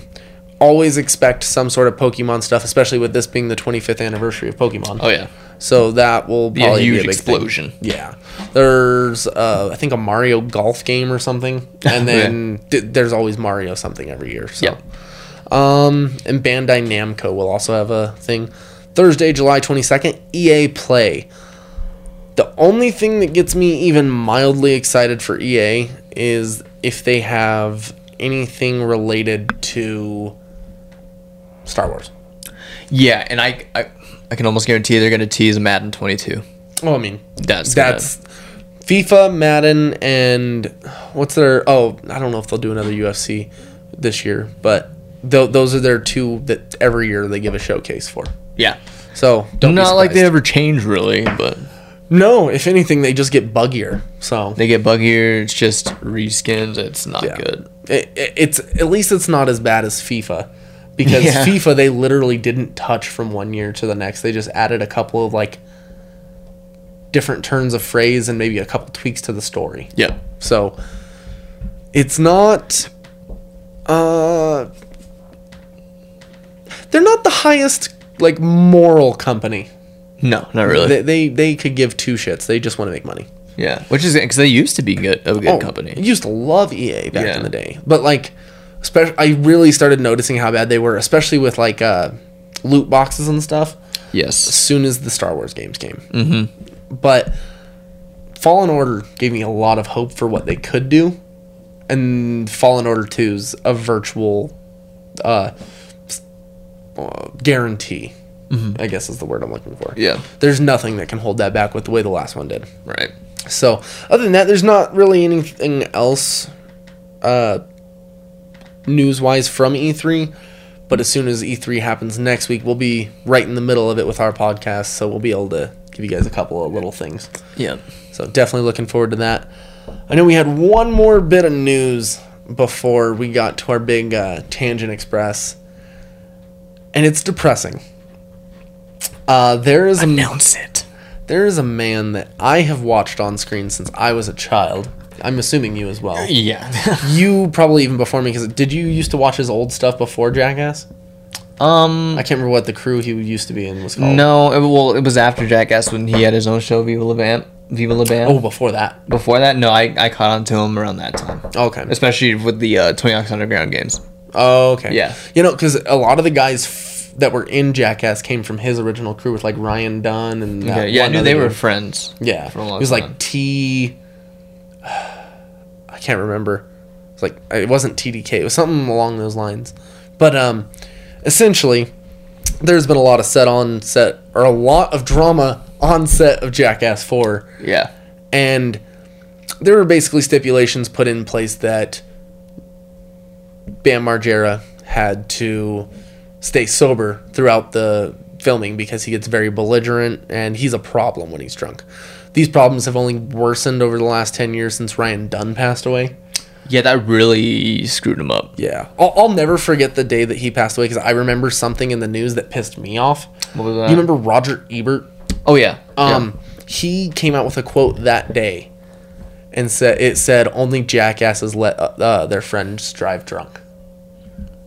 always expect some sort of Pokemon stuff, especially with this being the twenty fifth anniversary of Pokemon.
Oh yeah.
So that will
a
probably
huge
be a big thing.
explosion.
Yeah, there's uh, I think a Mario golf game or something,
[LAUGHS] Oh,
and then d- there's always Mario something every year. So.
Yep.
Um, and Bandai Namco will also have a thing. Thursday, July 22nd, EA Play. The only thing that gets me even mildly excited for EA is if they have anything related to Star Wars.
Yeah, and I, I, I can almost guarantee they're gonna tease Madden 22.
Well, I mean,
That's gonna-
that's FIFA, Madden, and what's their? Oh, I don't know if they'll do another UFC this year, but th- those are their two that every year they give a showcase for.
yeah.
So don't
Not like they
they
ever change really, but
no. If anything, they just get buggier. So
they get buggier. It's just reskins. It's not
Yeah.
good.
it, it- it's at least it's not as bad as FIFA, because
Yeah.
FIFA they literally didn't touch from one year to the next. They just added a couple of like different turns of phrase and maybe a couple tweaks to the story.
Yeah.
So it's not uh they're not the highest like moral company.
No, not really.
They, they they could give two shits. They just want to make money.
yeah, which is because they used to be good a good
Oh, I
company.
used to love EA back
Yeah.
in the day. But like spe- I really started noticing how bad they were, especially with like uh loot boxes and stuff as
Yes.
soon as the Star Wars games came. Mm-hmm. But Fallen Order gave me a lot of hope for what they could do, and Fallen Order 2's a virtual uh, s- uh, guarantee. I guess is the word I'm looking for.
Mm-hmm. Yeah.
there's nothing that can hold that back with the way the last one did.
Right.
So, other than that, there's not really anything else uh, news wise from E3. But as soon as E3 happens next week, we'll be right in the middle of it with our podcast. So, we'll be able to give you guys a couple of little things.
Yeah.
So, definitely looking forward to that. I know we had one more bit of news before we got to our big uh, Tangent Express, and it's depressing. Uh, there is a
Announce it.
there is a man that I have watched on screen since I was a child. I'm assuming you as well.
Yeah. [LAUGHS]
You probably even before me, because did you used to watch his old stuff before Jackass?
um.
I can't remember what the crew he used to be in was called.
No, it, well, it was after Jackass when he had his own show, Viva La Bam. Viva La Bam.
Oh, before that.
Before that, no, I, I caught on to him around that time.
Okay.
Especially with the uh, Tony Hawk's Underground games.
Oh, okay.
Yeah.
You know, because a lot of the guys f- that were in Jackass came from his original crew with like Ryan Dunn and that
Yeah, yeah, I
one
knew
other
they were
dude.
friends.
yeah.
for a long
it was
time.
like T. [SIGHS] I can't remember. It's like it wasn't TDK. It was something along those lines. But um, essentially, there's been a lot of set on set or a lot of drama on set of Jackass Four
Yeah.
and there were basically stipulations put in place that Bam Margera had to stay sober throughout the filming because he gets very belligerent and he's a problem when he's drunk. These problems have only worsened over the last 10 years since Ryan Dunn passed away.
Yeah, that really screwed him up.
Yeah. I'll, I'll never forget the day that he passed away because I remember something in the news that pissed me off.
What was that?
You remember Roger Ebert?
Oh yeah. Yeah.
Um, he came out with a quote that day, and said it said only jackasses let uh, uh, their friends drive drunk.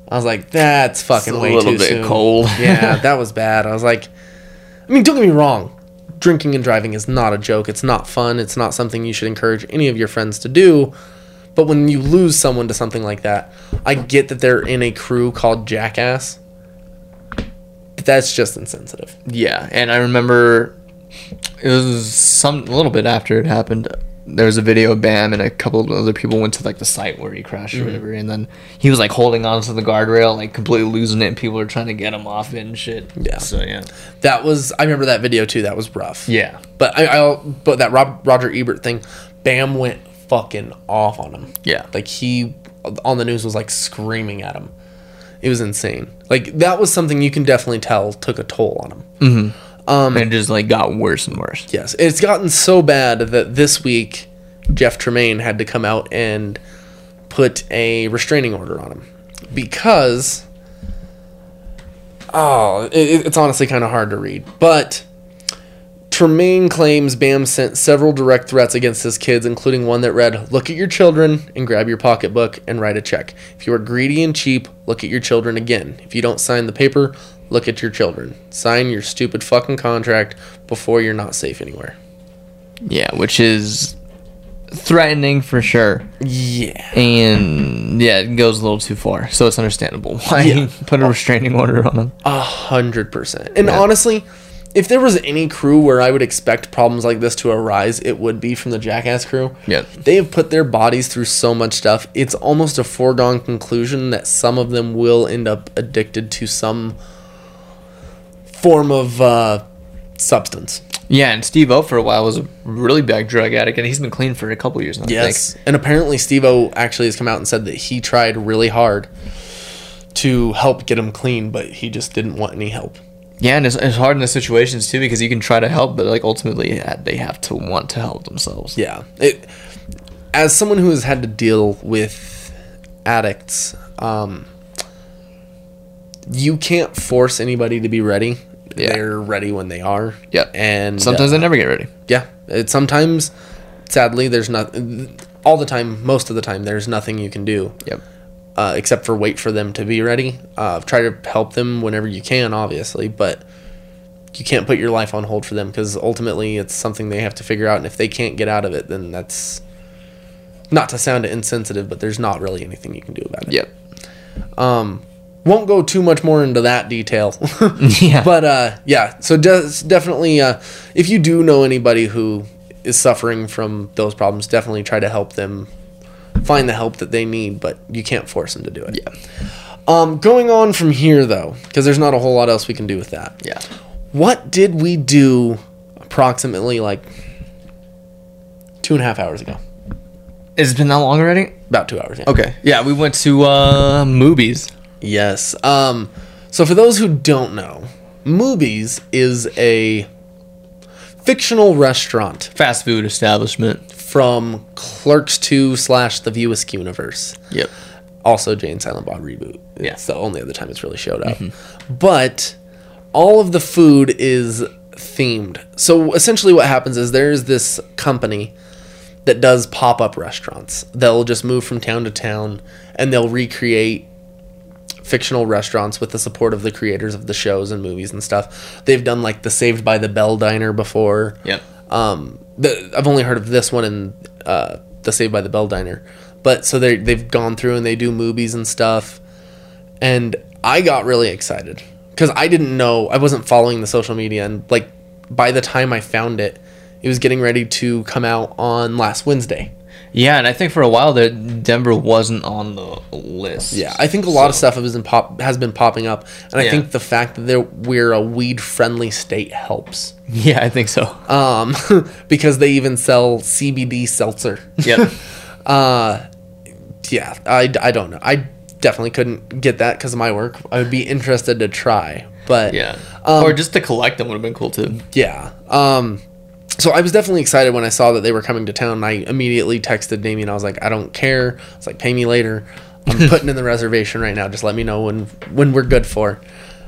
I was like, that's fucking
It's a
way
little
too
bit
soon.
cold.
[LAUGHS] yeah, that was bad. I was like, I mean, don't get me wrong, drinking and driving is not a joke. It's not fun. It's not something you should encourage any of your friends to do. But when you lose someone to something like that, I get that they're in a crew called Jackass. But that's just insensitive.
Yeah, and I remember it was some a little bit after it happened. There was a video of Bam and a couple of other people went to like the site where he crashed or whatever, and then he was like holding on to the guardrail, like completely losing it, and people were trying to get him off it and shit.
Yeah.
So yeah.
That was I remember that video too. That was rough.
Yeah.
But I, I'll but that Rob, Roger Ebert thing, Bam went fucking off on him.
Yeah.
Like he on the news was like screaming at him. It was insane. Like that was something you can definitely tell took a toll on him.
Um, and it just like got worse and worse.
Yes, it's gotten so bad that this week Jeff Tremaine had to come out and put a restraining order on him because oh, it- it, it's honestly kind of hard to read, but. Tremaine claims Bam sent several direct threats against his kids, including one that read, Look at your children and grab your pocketbook and write a check. If you are greedy and cheap, look at your children again. If you don't sign the paper, look at your children. Sign your stupid fucking contract before you're not safe anywhere.
Yeah, which is threatening for sure.
Yeah.
And yeah, it goes a little too far. So it's understandable [LAUGHS] why he put a restraining order on him.
A hundred percent. And honestly, if there was any crew where I would expect problems like this to arise, it would be from the Jackass crew.
Yeah.
They have put their bodies through so much stuff. It's almost a foregone conclusion that some of them will end up addicted to some form of uh, substance.
Yeah, and Steve O for a while was a really bad drug addict, and he's been clean for a couple years now. I think.
and apparently Steve O actually has come out and said that he tried really hard to help get him clean, but he just didn't want any help.
Yeah, and it's, it's hard in the situations too because you can try to help, but like ultimately yeah, they have to want to help themselves.
Yeah. It, as someone who has had to deal with addicts, um, you can't force anybody to be ready.
Yeah.
They're ready when they are.
Yeah.
And
Sometimes
uh,
they never get ready.
yeah. It, sometimes, sadly, there's not all the time. Most of the time, there's nothing you can do.
Yep.
Uh, except for wait for them to be ready. Uh, try to help them whenever you can, obviously, but you can't put your life on hold for them because ultimately it's something they have to figure out. And if they can't get out of it, then that's not to sound insensitive, but there's not really anything you can do about it.
[LAUGHS] Yep.
Won't go too much more into that detail. [LAUGHS]
Yeah.
But uh, yeah, so des- definitely, uh, if you do know anybody who is suffering from those problems, definitely try to help them find the help that they need, but you can't force them to do it.
Yeah.
Um, going on from here, though, because there's not a whole lot else we can do with that.
Yeah.
What did we do approximately like two and a half hours ago?
Has it been that long already?
About two hours. Yeah.
Okay. Yeah, we went to uh movies.
Yes. Um, so for those who don't know, Movies is a fictional restaurant
Fast food establishment.
from Clerks 2 slash The View Askew universe.
Yep.
Also, Jane Silent Bob reboot.
Yeah.
It's the only other time it's really showed up. But all of the food is themed. So essentially, what happens is there's this company that does pop up restaurants. They'll just move from town to town and they'll recreate fictional restaurants with the support of the creators of the shows and movies and stuff. They've done like the Saved by the Bell diner before.
Yep.
Um, the, I've only heard of this one in uh, the Saved by the Bell diner, but so they they've gone through and they do movies and stuff, and I got really excited because I didn't know I wasn't following the social media and like by the time I found it, it was getting ready to come out on last Wednesday.
Yeah, and I think for a while there, Denver wasn't on the list.
Yeah, I think a lot of
So-
stuff has been pop has been popping up, and I
Yeah.
think the fact that there, we're a weed friendly state helps,
[LAUGHS] Yeah, I think so.
um, [LAUGHS] because they even sell CBD seltzer. [LAUGHS]
[LAUGHS] Yep.
Yeah, I, I don't know. I definitely couldn't get that because of my work. I would be interested to try, but
Yeah. or just to collect them would have been cool too.
yeah. Um, so I was definitely excited when I saw that they were coming to town. I immediately texted Damien. I was like, I don't care. I was like, pay me later.
[LAUGHS]
I'm putting in the reservation right now. Just let me know when when we're good for.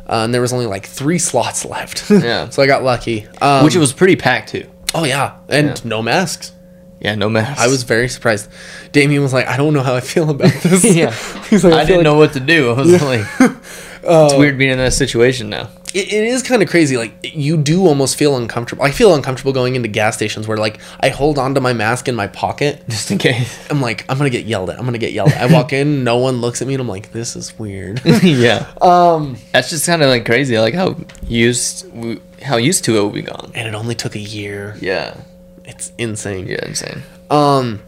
Uh, and there was only like three slots left. [LAUGHS]
Yeah.
so I got lucky. Um,
Which it was pretty packed too.
oh yeah, and
Yeah.
no masks.
Yeah, no mask. [LAUGHS]
I [LAUGHS] was very surprised. Damien was like, I don't know how I feel about this.
Yeah.
[LAUGHS] He's like,
I,
I,
didn't
know.
know what to do. I was [LAUGHS] like, it's weird being in that situation now.
it, it is kind of crazy. Like you do almost feel uncomfortable. I feel uncomfortable going into gas stations where like I hold onto my mask in my pocket. [LAUGHS]
Just in case.
I'm like I'm gonna get yelled at. I'm gonna get yelled at. I walk in, no one looks at me, and I'm like, this is weird.
[LAUGHS]
[LAUGHS]
yeah. Um. [LAUGHS] That's just kind of like crazy. Like how used we, how used to it we gone.
and it only took a year.
Yeah.
It's insane.
Yeah. Insane.
Um,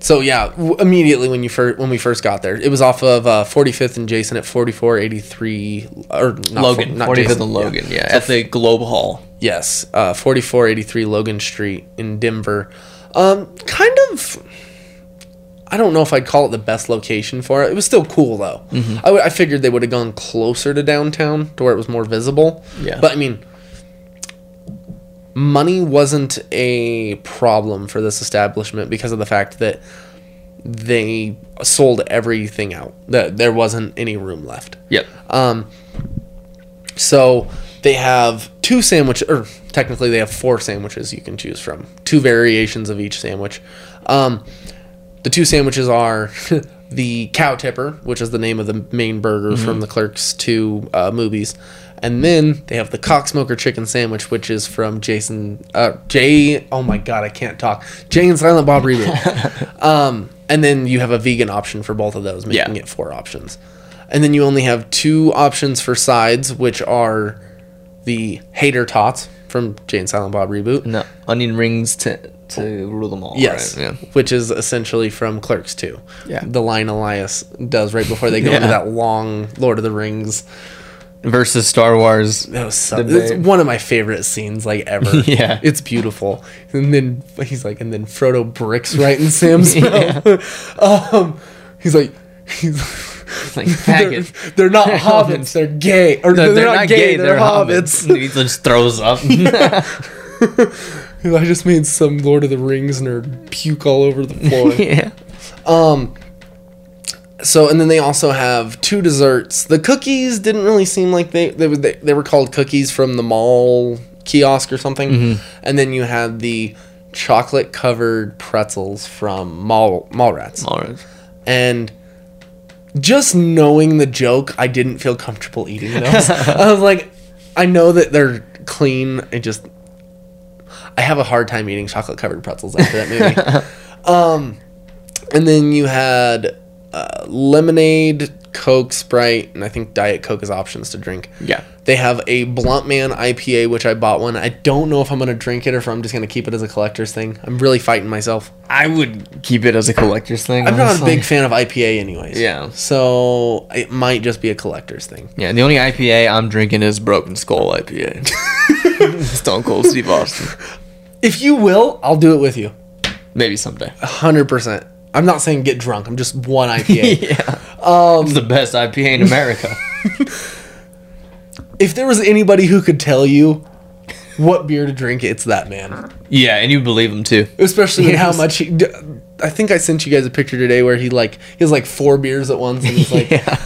so yeah, w- immediately when you first when we first got there, it was off of uh, 45th and Jason at 4483 or not
Logan.
fo- not
45th
Jason,
and
yeah.
Logan. Yeah. At the Globe Hall.
Yes, uh, 4483 Logan Street in Denver. Um, kind of, I don't know if I'd call it the best location for it. It was still cool though. I would- I figured they would have gone closer to downtown to where it was more visible.
Yeah.
But I mean, money wasn't a problem for this establishment because of the fact that they sold everything out, that there wasn't any room left.
Yep.
So they have two sandwiches, or technically they have four sandwiches you can choose from, two variations of each sandwich. Um, the two sandwiches are [LAUGHS] the cow tipper, which is the name of the main burger from the Clerks to uh, movies, and then they have the cocksmoker chicken sandwich, which is from Jason uh, Jay. Oh my God, I can't talk. Jay and Silent Bob reboot. um, and then you have a vegan option for both of those, making
Yeah.
it four options. And then you only have two options for sides, which are the hater tots from Jay and Silent Bob reboot.
No onion rings to to rule them all.
Yes,
right? Yeah.
which is essentially from Clerks 2.
Yeah.
The line Elias does right before they go into
Yeah.
that long Lord of the Rings.
Versus Star Wars. [LAUGHS]
That was so,
Debate.
it's one of my favorite scenes like
[LAUGHS]
ever.
Yeah.
It's beautiful. And then he's like, and then Frodo bricks right
[LAUGHS]
in Sam's mouth. [LAUGHS] um, he's like, he's [LAUGHS]
Like [LAUGHS]
they're,
faggot. [LAUGHS]
they're not
They're
hobbits.
hobbits.
They're gay. Or
No, they're, not, gay, They're, hobbits. [LAUGHS] he just throws up. [LAUGHS]
[LAUGHS] I just made some Lord of the Rings nerd puke all over the
[LAUGHS]
floor.
yeah.
So and then they also have two desserts. The cookies didn't really seem like they they were, they, they were called cookies from the mall kiosk or something. And then you had the chocolate covered pretzels from mall mall rats.
All right.
And just knowing the joke, I didn't feel comfortable eating those. I was like, I know that they're clean. I just I have a hard time eating chocolate covered pretzels after that movie. um, and then you had uh, lemonade, Coke, Sprite, and I think Diet Coke is options to drink.
Yeah.
They have a Blunt Man IPA, which I bought one. I don't know if I'm gonna drink it or if I'm just gonna keep it as a collector's thing. I'm really fighting myself.
I would keep it as a collector's thing.
I'm not a
honestly.
big fan of IPA, anyways.
Yeah.
So it might just be a collector's thing.
Yeah, the only IPA I'm drinking is Broken Skull
[LAUGHS]
IPA. Stone Cold Steve Austin.
If you will, I'll do it with you.
Maybe someday.
hundred percent. I'm not saying get drunk. I'm just one
[LAUGHS]
IPA.
yeah. it's the best IPA in America.
[LAUGHS] If there was anybody who could tell you what beer to drink, it's that man.
yeah, and you believe him too.
Especially with how
Yes.
much. He, d- I think I sent you guys a picture today where he like he has like four beers at once, and he's
[LAUGHS]
like,
yeah.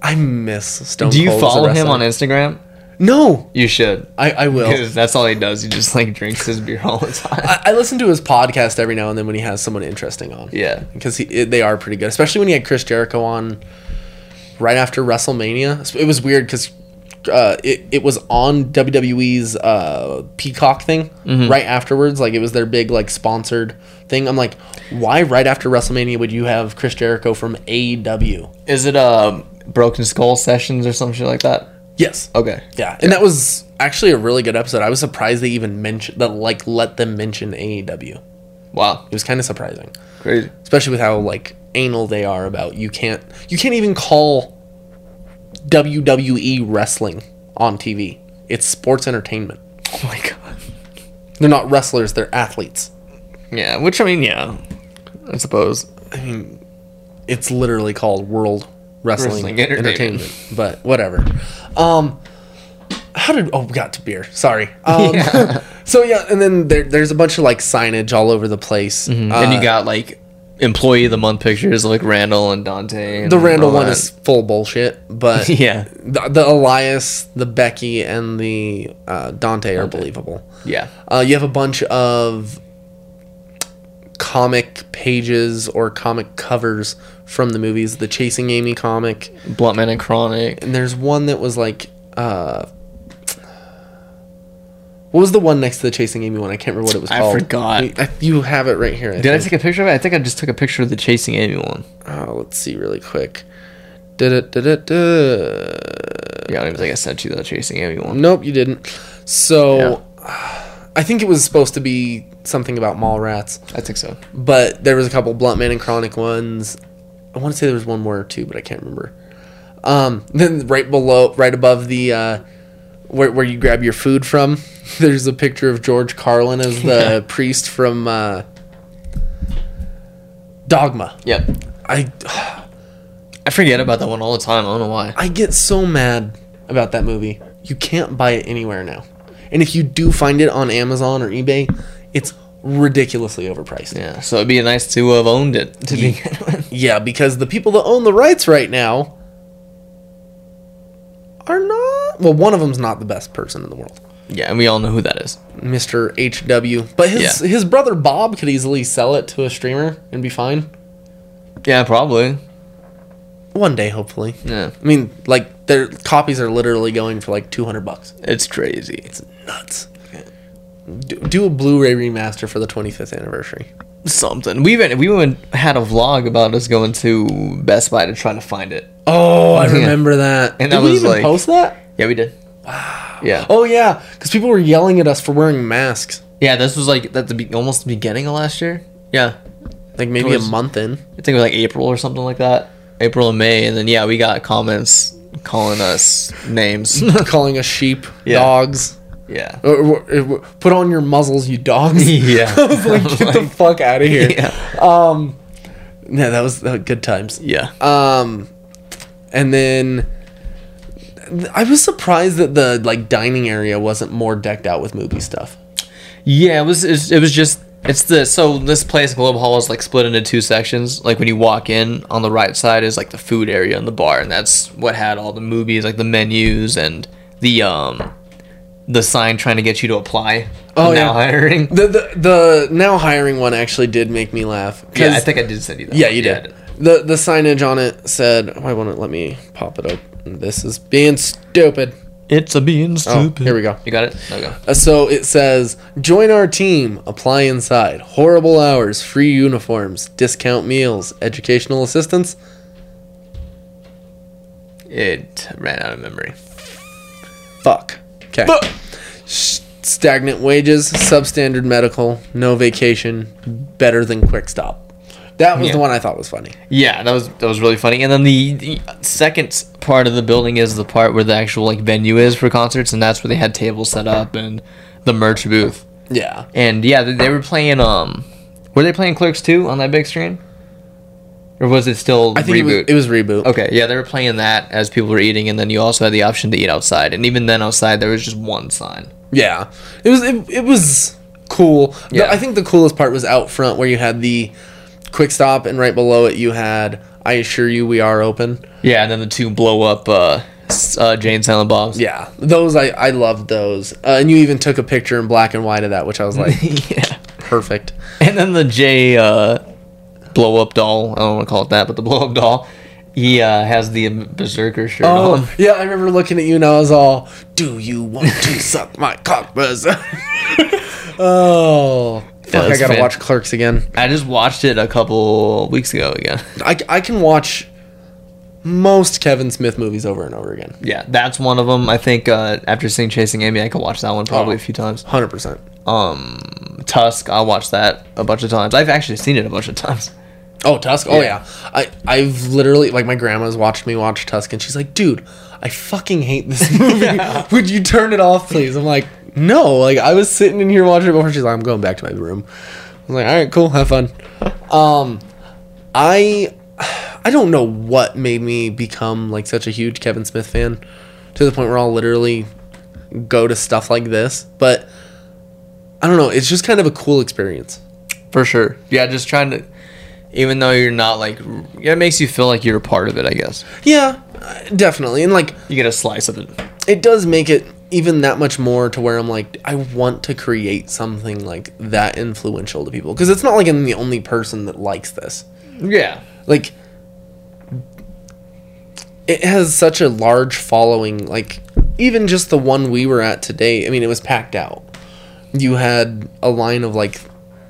I miss Stone.
Do you
Cold as a
follow him
wrestler."
on Instagram?
No,
You should.
I, I will.
Because that's all he does. He just like drinks his beer all the time.
I, I listen to his podcast every now and then when he has someone interesting on.
Yeah.
because he, it, they are pretty good, especially when he had Chris Jericho on right after WrestleMania. It was weird because uh, it it was on WWE's uh, Peacock thing right afterwards. Like it was their big like sponsored thing. I'm like, why right after WrestleMania would you have Chris Jericho from E AEW?
Is it uh, Broken Skull Sessions or some shit like that?
Yes.
Okay.
Oh, Yeah, and that was actually a really good episode. I was surprised they even mentioned that, like, let them mention AEW.
Wow.
It was kind of surprising,
Crazy.
especially with how like anal they are about you can't you can't even call WWE wrestling on TV. It's sports entertainment.
Oh my god.
They're not wrestlers, they're athletes.
Yeah, which I mean, yeah, I suppose.
It's literally called World Wrestling,
Wrestling
entertainment.
Entertainment.
but whatever. Um how did oh we got to beer.
[LAUGHS]
Sorry. Um [LAUGHS] so yeah, and then there, there's a bunch of like signage all over the place.
Mm-hmm. and you
Uh,
got like employee of the month pictures like Randall and Dante. And
the Randall
all
one
that.
is full bullshit, but
[LAUGHS] yeah,
the, the Elias, the Becky, and the uh, Dante are believable.
yeah.
Uh, you have a bunch of comic pages or comic covers from the movies. The Chasing Amy comic,
Bluntman and Chronic.
and there's one that was like, uh, what was the one next to the Chasing Amy one? I can't remember what it was
I
called.
forgot.
You, I- you have it right here. I
Did I
think.
take a picture of it? I think I just took a picture of the Chasing Amy one.
Oh, let's see really quick. Da-da-da-da-da.
Yeah, I don't even think I sent you the Chasing Amy one.
Nope, you didn't. So, I think it was supposed to be something about mall rats,
I think so.
but there was a couple Blunt Man and Chronic ones. I want to say there was one more or two, but I can't remember. Um, then right below, right above the uh, where where you grab your food from, [LAUGHS] there's a picture of George Carlin as the priest from uh, Dogma.
Yep.
I
I forget about that one all the time. I don't know why.
I get so mad about that movie. You can't buy it anywhere now. And if you do find it on Amazon or eBay, it's ridiculously overpriced.
Yeah, so it'd be nice to have owned it to [LAUGHS] begin with.
Yeah, because the people that own the rights right now are not. Well, one of them's not the best person in the world,
Yeah, and we all know who that is.
Mr. HW. But his
Yeah.
his brother Bob could easily sell it to a streamer and be fine.
Yeah, probably.
One day, hopefully.
Yeah,
I mean, like their copies are literally going for like 200 bucks.
it's crazy.
nuts. Do, do a Blu-ray remaster for the 25th anniversary.
something. We even we even had a vlog about us going to Best Buy to try to find it.
Oh, I remember that.
And
Did
that
we
was
even
like-
post that?
Yeah, we did. Wow. Yeah.
Oh yeah, because people were yelling at us for wearing masks.
Yeah, this was like at the be- almost the beginning of last year. Yeah,
Like maybe
Towards-
a month [LAUGHS] in.
I think it was like April or something like that. April and May, and then yeah, we got comments calling us
[LAUGHS]
names.
calling us sheep,
Yeah.
dogs. Uh,
yeah.
Or- or- or- Put on your muzzles, you [LAUGHS] dogs.
Yeah.
I was like, get the fuck out of here.
[LAUGHS] Yeah.
Um, no, that was, that was good times.
Yeah.
Um, and then I was surprised that the like dining area wasn't more decked out with movie stuff.
Yeah, it was it's- it was just it's the so this place Globe Hall is like split into two sections. Like when you walk in, on the right side is like the food area and the bar, and that's what had all the movies, like the menus and the um the sign trying to get you to apply.
Oh,
for now
yeah.
hiring.
The, the the now hiring one actually did make me laugh. 'cause-
Yeah, I think I did send you that.
yeah,
one.
you
I
did. The the signage on it said, "Why won't it let me pop it up?" This is being stupid.
It's a being
Oh, here we go.
You got it. Okay.
Uh, So it says, "Join our team. Apply inside. Horrible hours. Free uniforms. Discount meals. Educational assistance."
It ran out of memory.
Fuck. Okay.
Fuck.
S- Stagnant wages, substandard medical, no vacation, better than Quick Stop. That was
Yeah.
the one I thought was funny.
Yeah, that was that was really funny. And then the, the second part of the building is the part where the actual like venue is for concerts, and that's where they had tables set up and the merch booth.
Yeah.
And yeah, they, they were playing um, were they playing Clerks two on that big screen, or was it still
I think
reboot?
It, was, it was reboot.
okay, yeah, they were playing that as people were eating, and then you also had the option to eat outside. And even then, outside there was just one sign.
Yeah, it was it, it was cool. The-
Yeah.
I think the coolest part was out front where you had the quick stop, and right below it you had "I assure you we are open."
Yeah, and then the two blow up uh, s- uh Jane Silent Bob's.
Yeah, those I I loved those, uh, and you even took a picture in black and white of that, which I
[LAUGHS]
was like,
yeah.
perfect.
And then the J uh, blow up doll. I don't want to call it that, but the [LAUGHS] blow up doll. He uh, has the berserker shirt on.
[LAUGHS] Oh yeah, I remember looking at you and I was all, "Do you
[LAUGHS]
want to suck my cock, buzz?" [LAUGHS] oh.
Yeah,
Fuck, I
that's
gotta
fan-
watch Clerks again.
I just watched it a couple weeks ago [LAUGHS] again.
I, I can watch most Kevin Smith movies over and over again.
Yeah, that's one of them. I think uh, after seeing Chasing Amy, I could watch that one probably a few times.
Hundred percent.
Um, Tusk. I watched that a bunch of times. I've actually seen it a bunch of times. [LAUGHS]
Oh, Tusk. Oh yeah. I I've literally like my grandma's watched me watch Tusk and she's like, "Dude, I fucking hate this movie. Would you turn it off, please?" I'm like, "No." Like I was sitting in here watching it before she's like, "I'm going back to my room." I'm like, "All right, cool. Have fun." Um I I don't know what made me become like such a huge Kevin Smith fan to the point where I'll literally go to stuff like this, but I don't know, it's just kind of a cool experience.
For sure. Yeah, just trying to, even though you're not like, r- yeah, it makes you feel like you're a part of it. I guess
Yeah, uh, definitely. And like
you get a slice of it.
it does make it even that much more to where I'm like, I want to create something like that influential to people because it's not like I'm the only person that likes this.
Yeah.
Like, it has such a large following. Like, even just the one we were at today, I mean, it was packed out. You had a line of like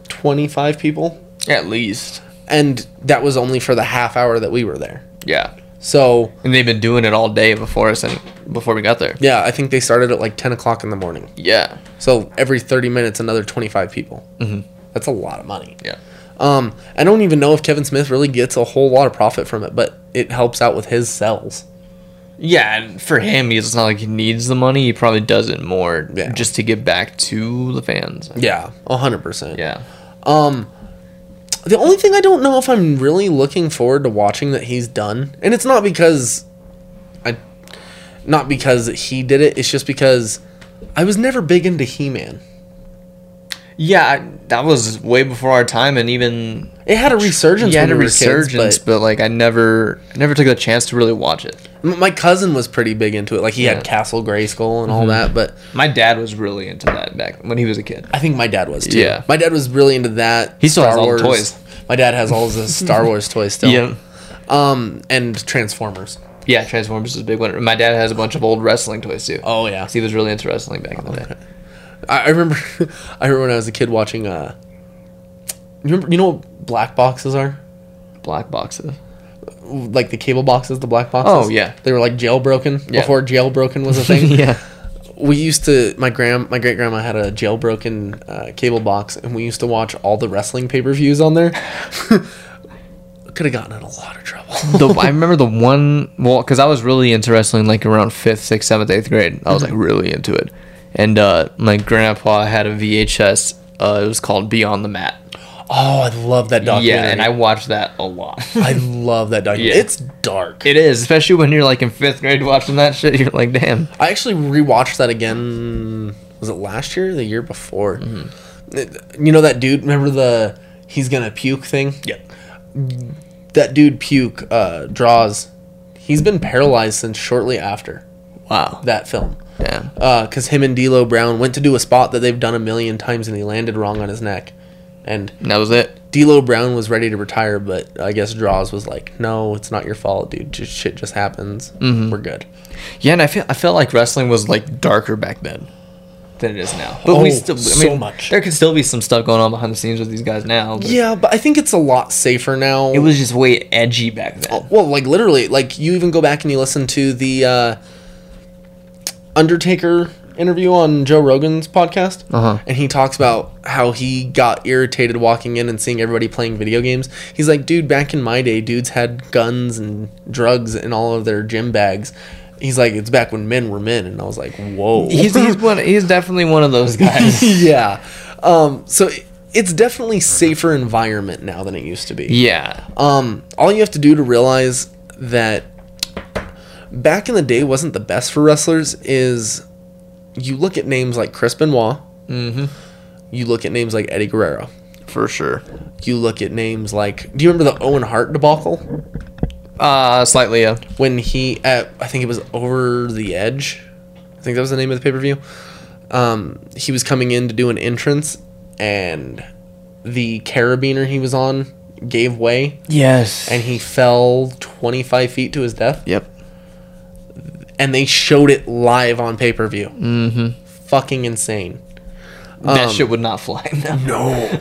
25 people,
At least.
and that was only for the half hour that we were there.
Yeah.
So,
And they've been doing it all day before us and before we got there.
yeah, I think they started at like 10 o'clock in the morning.
Yeah.
So every 30 minutes, another 25 people. Mm-hmm. That's a lot of money.
Yeah.
Um, I don't even know if Kevin Smith really gets a whole lot of profit from it, but it helps out with his sales.
Yeah, and for him, it's not like he needs the money. He probably does it more
Yeah.
just to give back to the fans.
Yeah, 100%.
Yeah.
The only thing I don't know if I'm really looking forward to watching that he's done, and it's not because I not because he did it, it's just because I was never big into He-Man.
Yeah, I- that was way before our time, and even
It had a resurgence
yeah,
when
had a
we were kids,
resurgence,
but-
but like I never, I never took a chance to really watch it.
M- My cousin was pretty big into it. Like he
Yeah. Mm-hmm.
had Castle Grayskull and all that, but
My dad was really into that back when he was a kid.
I think my dad was too.
Yeah.
My dad was really into that.
He still has all the toys.
My dad has all
[LAUGHS]
of the Star Wars toys still.
Yeah,
Um and Transformers.
yeah. Transformers is a big one. My dad has a bunch of old wrestling toys too.
Oh yeah.
'Cause he was really into wrestling back in the day.
I, I remember [LAUGHS] I remember when I was a kid watching uh you remember you know what black boxes are?
Black boxes.
Like the cable boxes, the black boxes.
Oh, yeah.
They were like jailbroken
Yeah.
before jailbroken was a thing.
[LAUGHS] [LAUGHS] yeah.
We used to my grand my great grandma had a jailbroken uh, cable box and we used to watch all the wrestling pay-per-views on there. [LAUGHS] Could have gotten in a lot of trouble.
the, I remember the one well because I was really into wrestling like around fifth, sixth, seventh, eighth grade. I was
Mm-hmm.
like really into it, and uh, my grandpa had a VHS. Uh, it was called Beyond the Mat.
Oh, I love that documentary.
Yeah, and I watched that a lot.
[LAUGHS]
[LAUGHS]
I love that documentary.
Yeah.
It's dark.
it is, especially when you're like in fifth grade watching that shit. You're like, damn.
I actually rewatched that again. Was it last year? or The year before?
Mm-hmm.
It- you know that dude? Remember the he's gonna puke thing?
Yeah.
That dude puke uh, draws. He's been paralyzed since shortly after
Wow.
that film.
Damn.
Because him and D'Lo Brown went to do a spot that they've done a million times, and he landed wrong on his neck. And
And that was it.
D'Lo Brown was ready to retire, but I guess Draws was like, "No, it's not your fault, dude. Just shit just happens. We're good."
Yeah, and I feel I felt like wrestling was like darker back then than it is now. But
Oh,
we still I
so
mean,
much.
There could still be some stuff going on behind the scenes with these guys now. But
Yeah, but I think it's a lot safer now.
It was just way edgy back then.
well, like literally, like you even go back and you listen to the uh, Undertaker interview on Joe Rogan's podcast,
Uh-huh.
and he talks about how he got irritated walking in and seeing everybody playing video games. He's like, "Dude, back in my day, dudes had guns and drugs in all of their gym bags." He's like, "It's back when men were men," and I was like,
[LAUGHS]
"Whoa."
he's he's one he's definitely one of those [LAUGHS] guys.
[LAUGHS] yeah. Um, so it- it's definitely safer environment now than it used to be.
yeah.
Um, all you have to do to realize that back in the day wasn't the best for wrestlers is you look at names like Chris Benoit. You look at names like Eddie Guerrero.
For sure.
You look at names like Do you remember the Owen Hart debacle
Uh slightly yeah.
when he at I think it was Over the Edge. I think that was the name of the pay per view. Um, he was coming in to do an entrance, and the carabiner he was on gave way,
Yes.
and he fell twenty five feet to his death.
Yep.
and they showed it live on pay per view. Mm-hmm. Fucking insane.
that shit would not fly [LAUGHS] now.
No. [LAUGHS]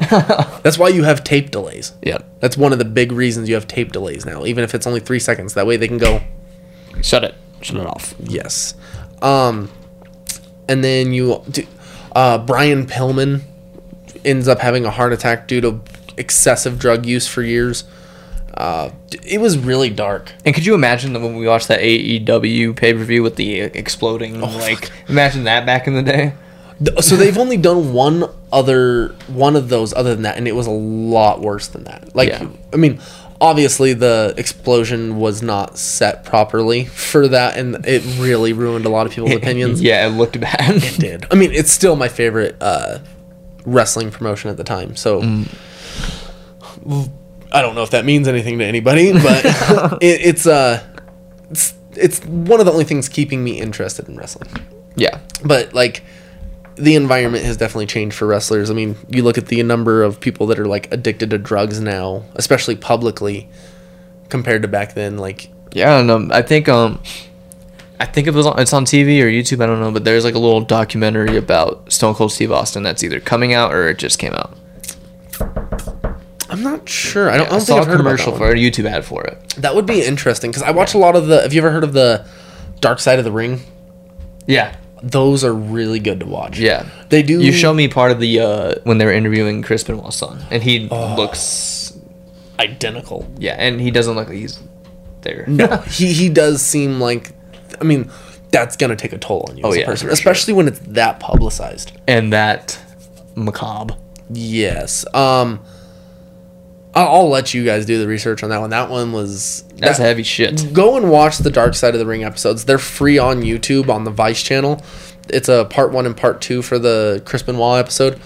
That's why you have tape delays.
Yep.
That's one of the big reasons you have tape delays now, even if it's only three seconds. That way they can go,
Shut it. Shut it off.
yes. Um, and then you. Do, Uh, Brian Pillman ends up having a heart attack due to excessive drug use for years. Uh, d- it was really dark.
And could you imagine that when we watched that AEW pay per view with the uh, exploding, like, imagine that back in the day?
Th- So they've only done one other one of those other than that, and it was a lot worse than that. Like,
Yeah.
I mean, obviously the explosion was not set properly [LAUGHS] for that, and it really ruined a lot of
[LAUGHS]
people's opinions.
Yeah, it looked bad.
It did. I mean, it's still my favorite uh, wrestling promotion at the time. So
Mm.
I don't know if that means anything
[LAUGHS]
to anybody, but [LAUGHS] it, it's uh, it's it's one of the only things keeping me interested in wrestling.
[LAUGHS] yeah.
But like, the environment has definitely changed for wrestlers. I mean, you look at the number of people that are like addicted to drugs now, especially publicly, compared to back then. Like,
Yeah, and um, I think um, I think it was on, it's on TV or YouTube. I don't know, but there's like a little documentary about Stone Cold Steve Austin that's either coming out or it just came out.
I'm not sure. I don't. I
I
don't
saw
think I've
a
heard commercial
commercial
about that one.
for it, a YouTube ad for it.
That would be interesting because I watch a lot of the. Have you ever heard of the Dark Side of the Ring?
Yeah,
Those are really good to watch.
yeah.
they do.
You show me part of the uh, when they were interviewing Chris Benoit's son, and he looks [LAUGHS]
identical.
yeah, and he doesn't look like he's there.
No, he he does seem like. I mean, that's gonna take a toll on you as a
Oh, yeah,
person,
for sure.
especially when it's that publicized.
[LAUGHS] and that macabre.
Yes. Um. I'll, I'll let you guys do the research on that one. That one was
That's
that-
heavy shit.
Go and watch the Dark Side of the Ring episodes. They're free on YouTube on the Vice channel. It's a part one and part two for the Chris Benoit episode.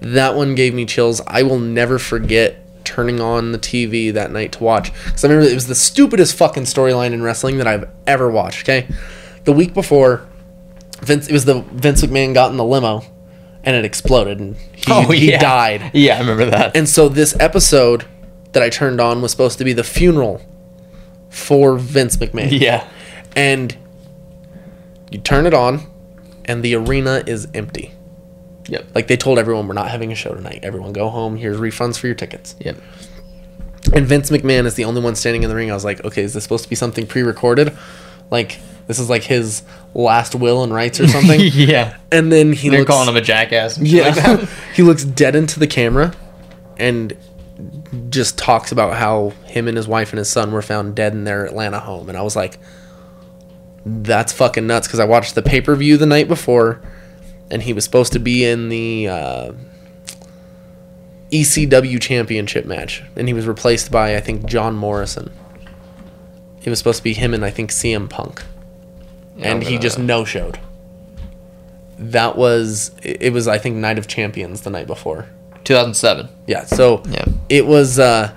That one gave me chills. I will never forget turning on the TV that night to watch. Because I remember it was the stupidest fucking storyline in wrestling that I've ever watched, okay? The week before, Vince it was the Vince McMahon got in the limo and it exploded and he, he died.
Oh, Yeah, I remember that.
And so this episode that I turned on was supposed to be the funeral for Vince McMahon.
[LAUGHS] yeah.
And you turn it on and the arena is empty.
Yep.
Like they told everyone we're not having a show tonight. Everyone go home. Here's refunds for your tickets.
Yep.
And Vince McMahon is the only one standing in the ring. I was like, okay, is this supposed to be something pre-recorded? Like this is like his last will and rights or something.
[LAUGHS] yeah.
And then he
They're
looks
calling him a jackass. and shit like that.
Yeah. [LAUGHS]
[LAUGHS]
he looks dead into the camera and just talks about how him and his wife and his son were found dead in their Atlanta home. And I was like, that's fucking nuts because I watched the pay per view the night before and he was supposed to be in the uh, ECW championship match. And he was replaced by, I think, John Morrison. It was supposed to be him and I think CM Punk and he just no showed. That was it it was I think Night of Champions the night before.
2007.
Yeah, so
Yeah.
it was uh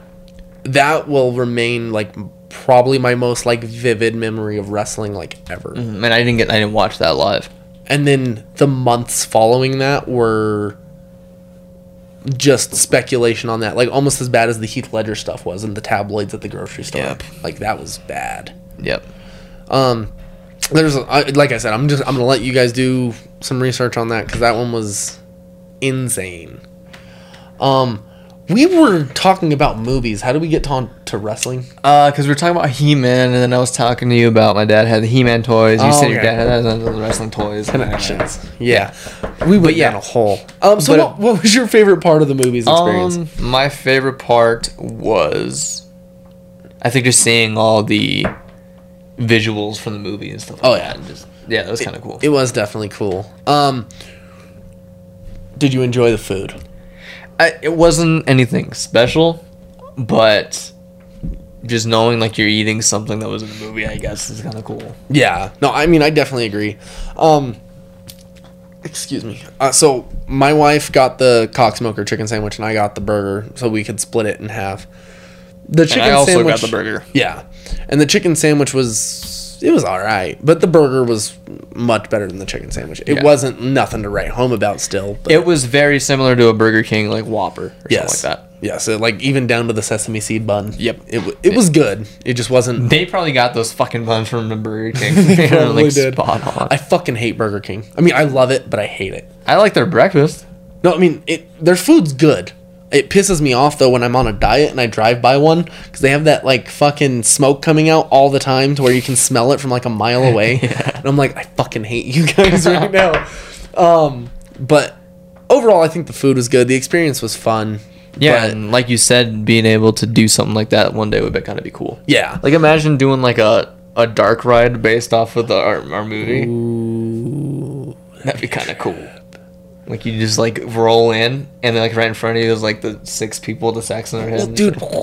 that will remain like probably my most like vivid memory of wrestling like ever.
Mm, And I didn't get I didn't watch that live.
And then the months following that were just speculation on that. Like almost as bad as the Heath Ledger stuff was in the tabloids at the grocery store.
Yep.
Like that was bad.
Yep.
there's I, like I said, I'm just I'm gonna let you guys do some research on that because that one was insane. Um, we were talking about movies. How do we get to, to wrestling?
Uh, cause we were talking about He-Man, and then I was talking to you about my dad had the He-Man toys. You
Oh,
said your
okay.
dad had those wrestling toys.
Connections. Yeah, we went
yeah.
down a hole. Um, so
But-
what, what was your favorite part of the movies experience?
Um, my favorite part was, I think, just seeing all the visuals from the movie and stuff. Like
Oh, yeah.
that. and just yeah, that was kind of cool.
it was definitely cool. Um, did you enjoy the food?
I, it wasn't anything special, but just knowing like you're eating something that was in the movie, I guess, is kind of cool.
Yeah. No, I mean, I definitely agree. Um, excuse me. Uh, so my wife got the cock smoker chicken sandwich, and I got the burger, so we could split it in half. The chicken
I also
sandwich.
got the burger.
Yeah, and the chicken sandwich was it was all right, but the burger was much better than the chicken sandwich. It
Yeah.
wasn't nothing to write home about still. But
It was very similar to a Burger King like Whopper or
yes,
something like that.
Yeah, so like even down to the sesame seed bun.
Yep.
It w- it was good. It just wasn't
They probably got those fucking buns from the Burger King. [LAUGHS] they are
Probably
like
did.
spot on.
I
I,
fucking hate Burger King. I mean, I love it, but I hate it.
like their breakfast.
No, I mean it. Their food's good. It pisses me off though when I'm on a diet and I drive by one because they have that like fucking smoke coming out all the time to where you can smell it from like a mile away, and I'm like, I fucking hate you guys right now. Um, but overall, I think the food was good. The experience was fun.
Yeah,
but-
and like you said, being able to do something like that one day would be kind of be cool.
yeah.
Like imagine doing like a a dark ride based off of the our, our movie. That'd be kind of cool. Like you just like roll in, and then like right in front of you is like the six people with the sacks on their head.
Well,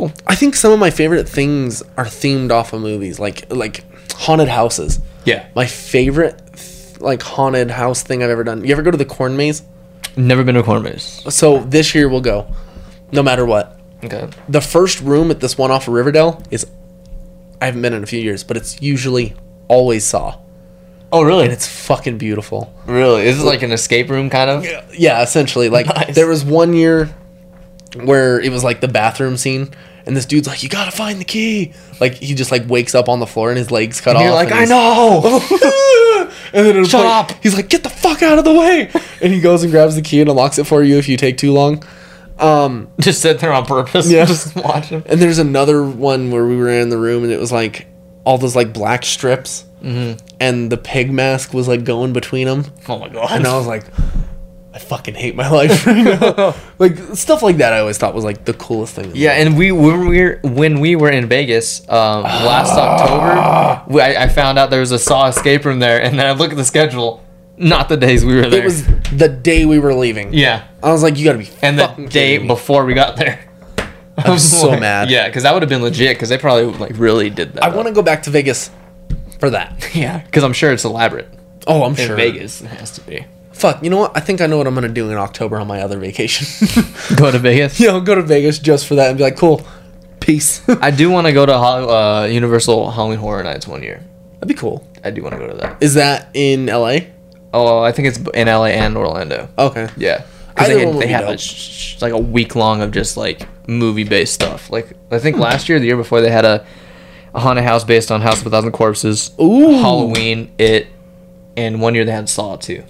dude, I think some of my favorite things are themed off of movies, like like haunted houses.
yeah,
My favorite th- like haunted house thing I've ever done. You ever go to the corn maze?
never been to corn maze.
So this year we'll go, no matter what.
Okay,
The first room at this one off of Riverdale is, I haven't been in a few years, but it's usually always Saw.
Oh, really?
And it's fucking beautiful.
really? Is it like an escape room kind of?
Yeah, essentially.
[LAUGHS]
Like
Nice.
there was one year where it was like the bathroom scene, and this dude's like, "You gotta find the key." Like he just like wakes up on the floor and his legs cut
And
off.
you're like,
and
I [LAUGHS]
he's-
know.
[LAUGHS] and then it'll
Shut
play-
up.
He's like, "Get the fuck out of the way!" [LAUGHS] And he goes and grabs the key and unlocks it for you if you take too long. Um,
just sit there on purpose.
Yeah.
Yeah, just watch him.
And there's another one where we were in the room and it was like all those like black strips,
Mm-hmm.
and the pig mask was like going between them,
Oh my god.
and I was like, I fucking hate my [LAUGHS] life right
[LAUGHS]
now. like stuff like that, I always thought was like the coolest thing. in the
Yeah, and we when we were, when we were in Vegas um,
[GASPS]
last October, we, I, I found out there was a Saw escape room there, and then I look at the schedule. Not the days we were
world.
there.
It was the day we were leaving.
yeah,
I was like, you gotta be
and the
fucking
day
kidding me.
before we got there. I
[LAUGHS]
[LAUGHS]
I'm so mad.
Yeah, because that would have been legit. Because they probably like really did that.
I want to go back to Vegas for that.
[LAUGHS] Yeah, because I'm sure it's elaborate.
Oh, I'm
In
sure.
Vegas, it has to be.
Fuck, you know what? I think I know what I'm gonna do in October on my other vacation. [LAUGHS]
Go to Vegas.
you know, go to Vegas just for that and be like, cool, peace. [LAUGHS]
[LAUGHS]
That'd
I do want to go to Hol- uh, Universal Halloween Horror Nights one year.
be cool.
I do want to go to that.
Is that in LA?
Oh, I think it's in LA and Orlando.
Okay.
Yeah. Because
Either
they, had-
one would
they
be
have a,
dope.
sh- sh- like a week long of just like movie based stuff. Like I think last year, the year before, they had a, a haunted house based on House of a Thousand Corpses,
Ooh.
Halloween, It, and one year they had Saw too.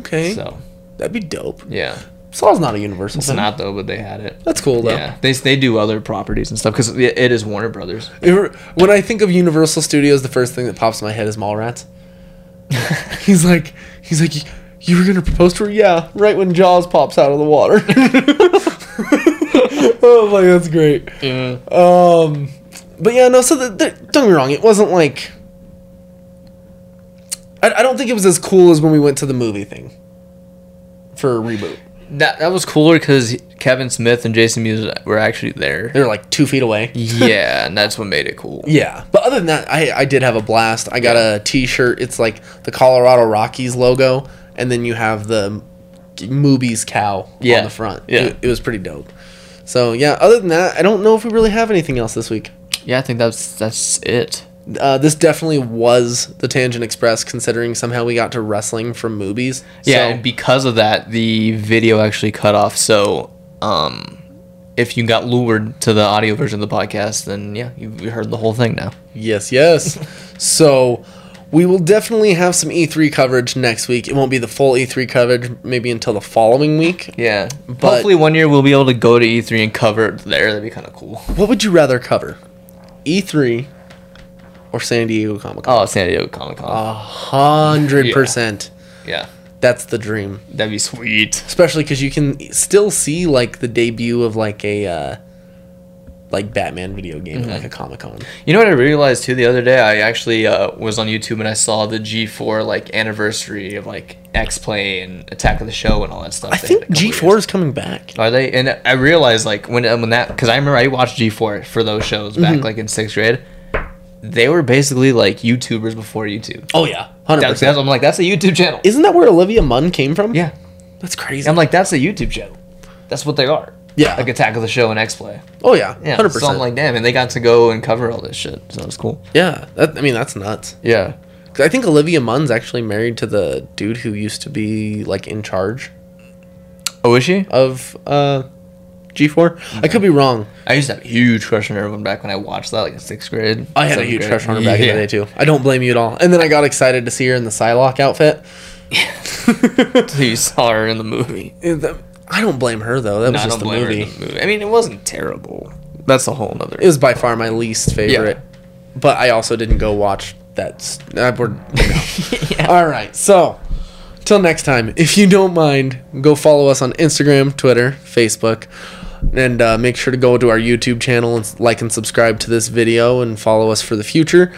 Okay.
So
That'd be dope.
yeah,
Saw's not a universal
it's
thing.
not though, but they had it.
Hmm. That's cool though.
Yeah, they they do other properties and stuff because it it is Warner Brothers.
It- when I think of Universal Studios, the first thing that pops in my head is Mallrats. he's like, he's like, "You- you were gonna propose to her? Yeah, right when Jaws pops out of the water. oh my, that's great.
Yeah.
Um, but yeah, no. So the, the, don't get me wrong. It wasn't like. I, I don't think it was as cool as when we went to the movie thing. For a reboot,
That that was cooler because Kevin Smith and Jason Mewes were actually there.
they were like two feet away.
yeah, and that's what made it cool.
[LAUGHS] Yeah, but other than that, I I did have a blast. I got a T-shirt. It's like the Colorado Rockies logo, and then you have the Moobies cow
Yeah.
on the front.
Yeah.
it, it was pretty dope. So yeah, other than that, I don't know if we really have anything else this week.
Yeah, I think that's that's it.
Uh, this definitely was the Tangent Express, considering somehow we got to wrestling from movies.
Yeah,
so,
and because of that, the video actually cut off. So, um, if you got lured to the audio version of the podcast, then yeah, you you heard the whole thing now. [LAUGHS]
yes, yes. so we will definitely have some E3 coverage next week. It won't be the full E3 coverage, maybe until the following week.
Yeah, hopefully one year we'll be able to go to E3 and cover it there. That'd be kind of cool.
What would you rather cover, E3 or San Diego Comic Con?
Oh, San Diego Comic Con.
A hundred percent.
yeah,
That's the dream,
that'd be sweet.
especially because you can still see like the debut of like a uh, like Batman video game, at, like a Comic Con.
You know what I realized too the other day? I actually uh, was on YouTube and I saw the G4 like anniversary of like X Play and Attack of the Show and all that stuff.
I think G four is coming back.
Are they? And I realized like when uh, when that because I remember I watched G four for those shows back
Mm-hmm.
like in sixth grade. They were basically like YouTubers before YouTube.
Oh yeah, hundred
That's,
percent.
that's I'm like that's a YouTube channel.
Isn't that where Olivia Munn came from?
yeah,
that's crazy.
I'm like that's a YouTube channel. That's what they are.
Yeah.
like Attack of the Show and X Play.
oh yeah,
Yeah,
hundred
so I'm
percent.
like damn, and they got to go and cover all this shit. So it's cool.
yeah, that, I mean that's nuts.
Yeah.
'Cause I think Olivia Munn's actually married to the dude who used to be like in charge
Oh, is she?
of uh, G four. I could be wrong.
I used to have a huge crush on everyone back when I watched that, like in sixth grade.
I had a
seventh
huge
grade.
crush on her back in
Yeah.
the day too. I don't blame you at all. And then I got excited to see her in the Psylocke [LAUGHS] outfit.
So [LAUGHS] you saw her in the movie.
And the- I don't blame her though. That was
I
just
don't
the
blame her in
movie.
the movie. I mean, it wasn't terrible. That's a whole nother.
It was by far my least favorite. But I also didn't go watch that. s- Uh, we're, no. All right, so Till next time, if you don't mind, go follow us on Instagram, Twitter, Facebook, and uh, make sure to go to our YouTube channel and s- like and subscribe to this video and follow us for the future.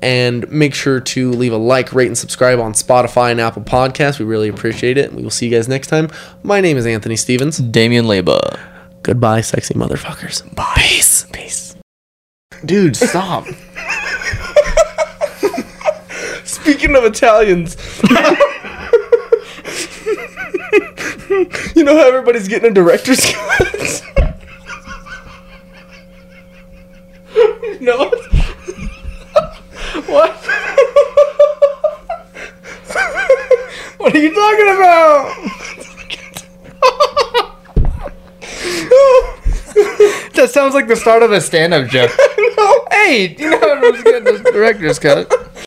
And make sure to leave a like, rate, and subscribe on Spotify and Apple Podcasts. We really appreciate it. We will see you guys next time. My name is Anthony Stevens.
Damien Leba.
Goodbye, sexy motherfuckers. Bye. Peace. Peace. Dude, stop. Speaking of Italians, [LAUGHS] you know how everybody's getting a director's [LAUGHS] cut? no. what? [LAUGHS] what are you talking [LAUGHS] about? [LAUGHS]
That sounds like the start of a stand up joke.
no.
hey, you know, I was getting this director's cut.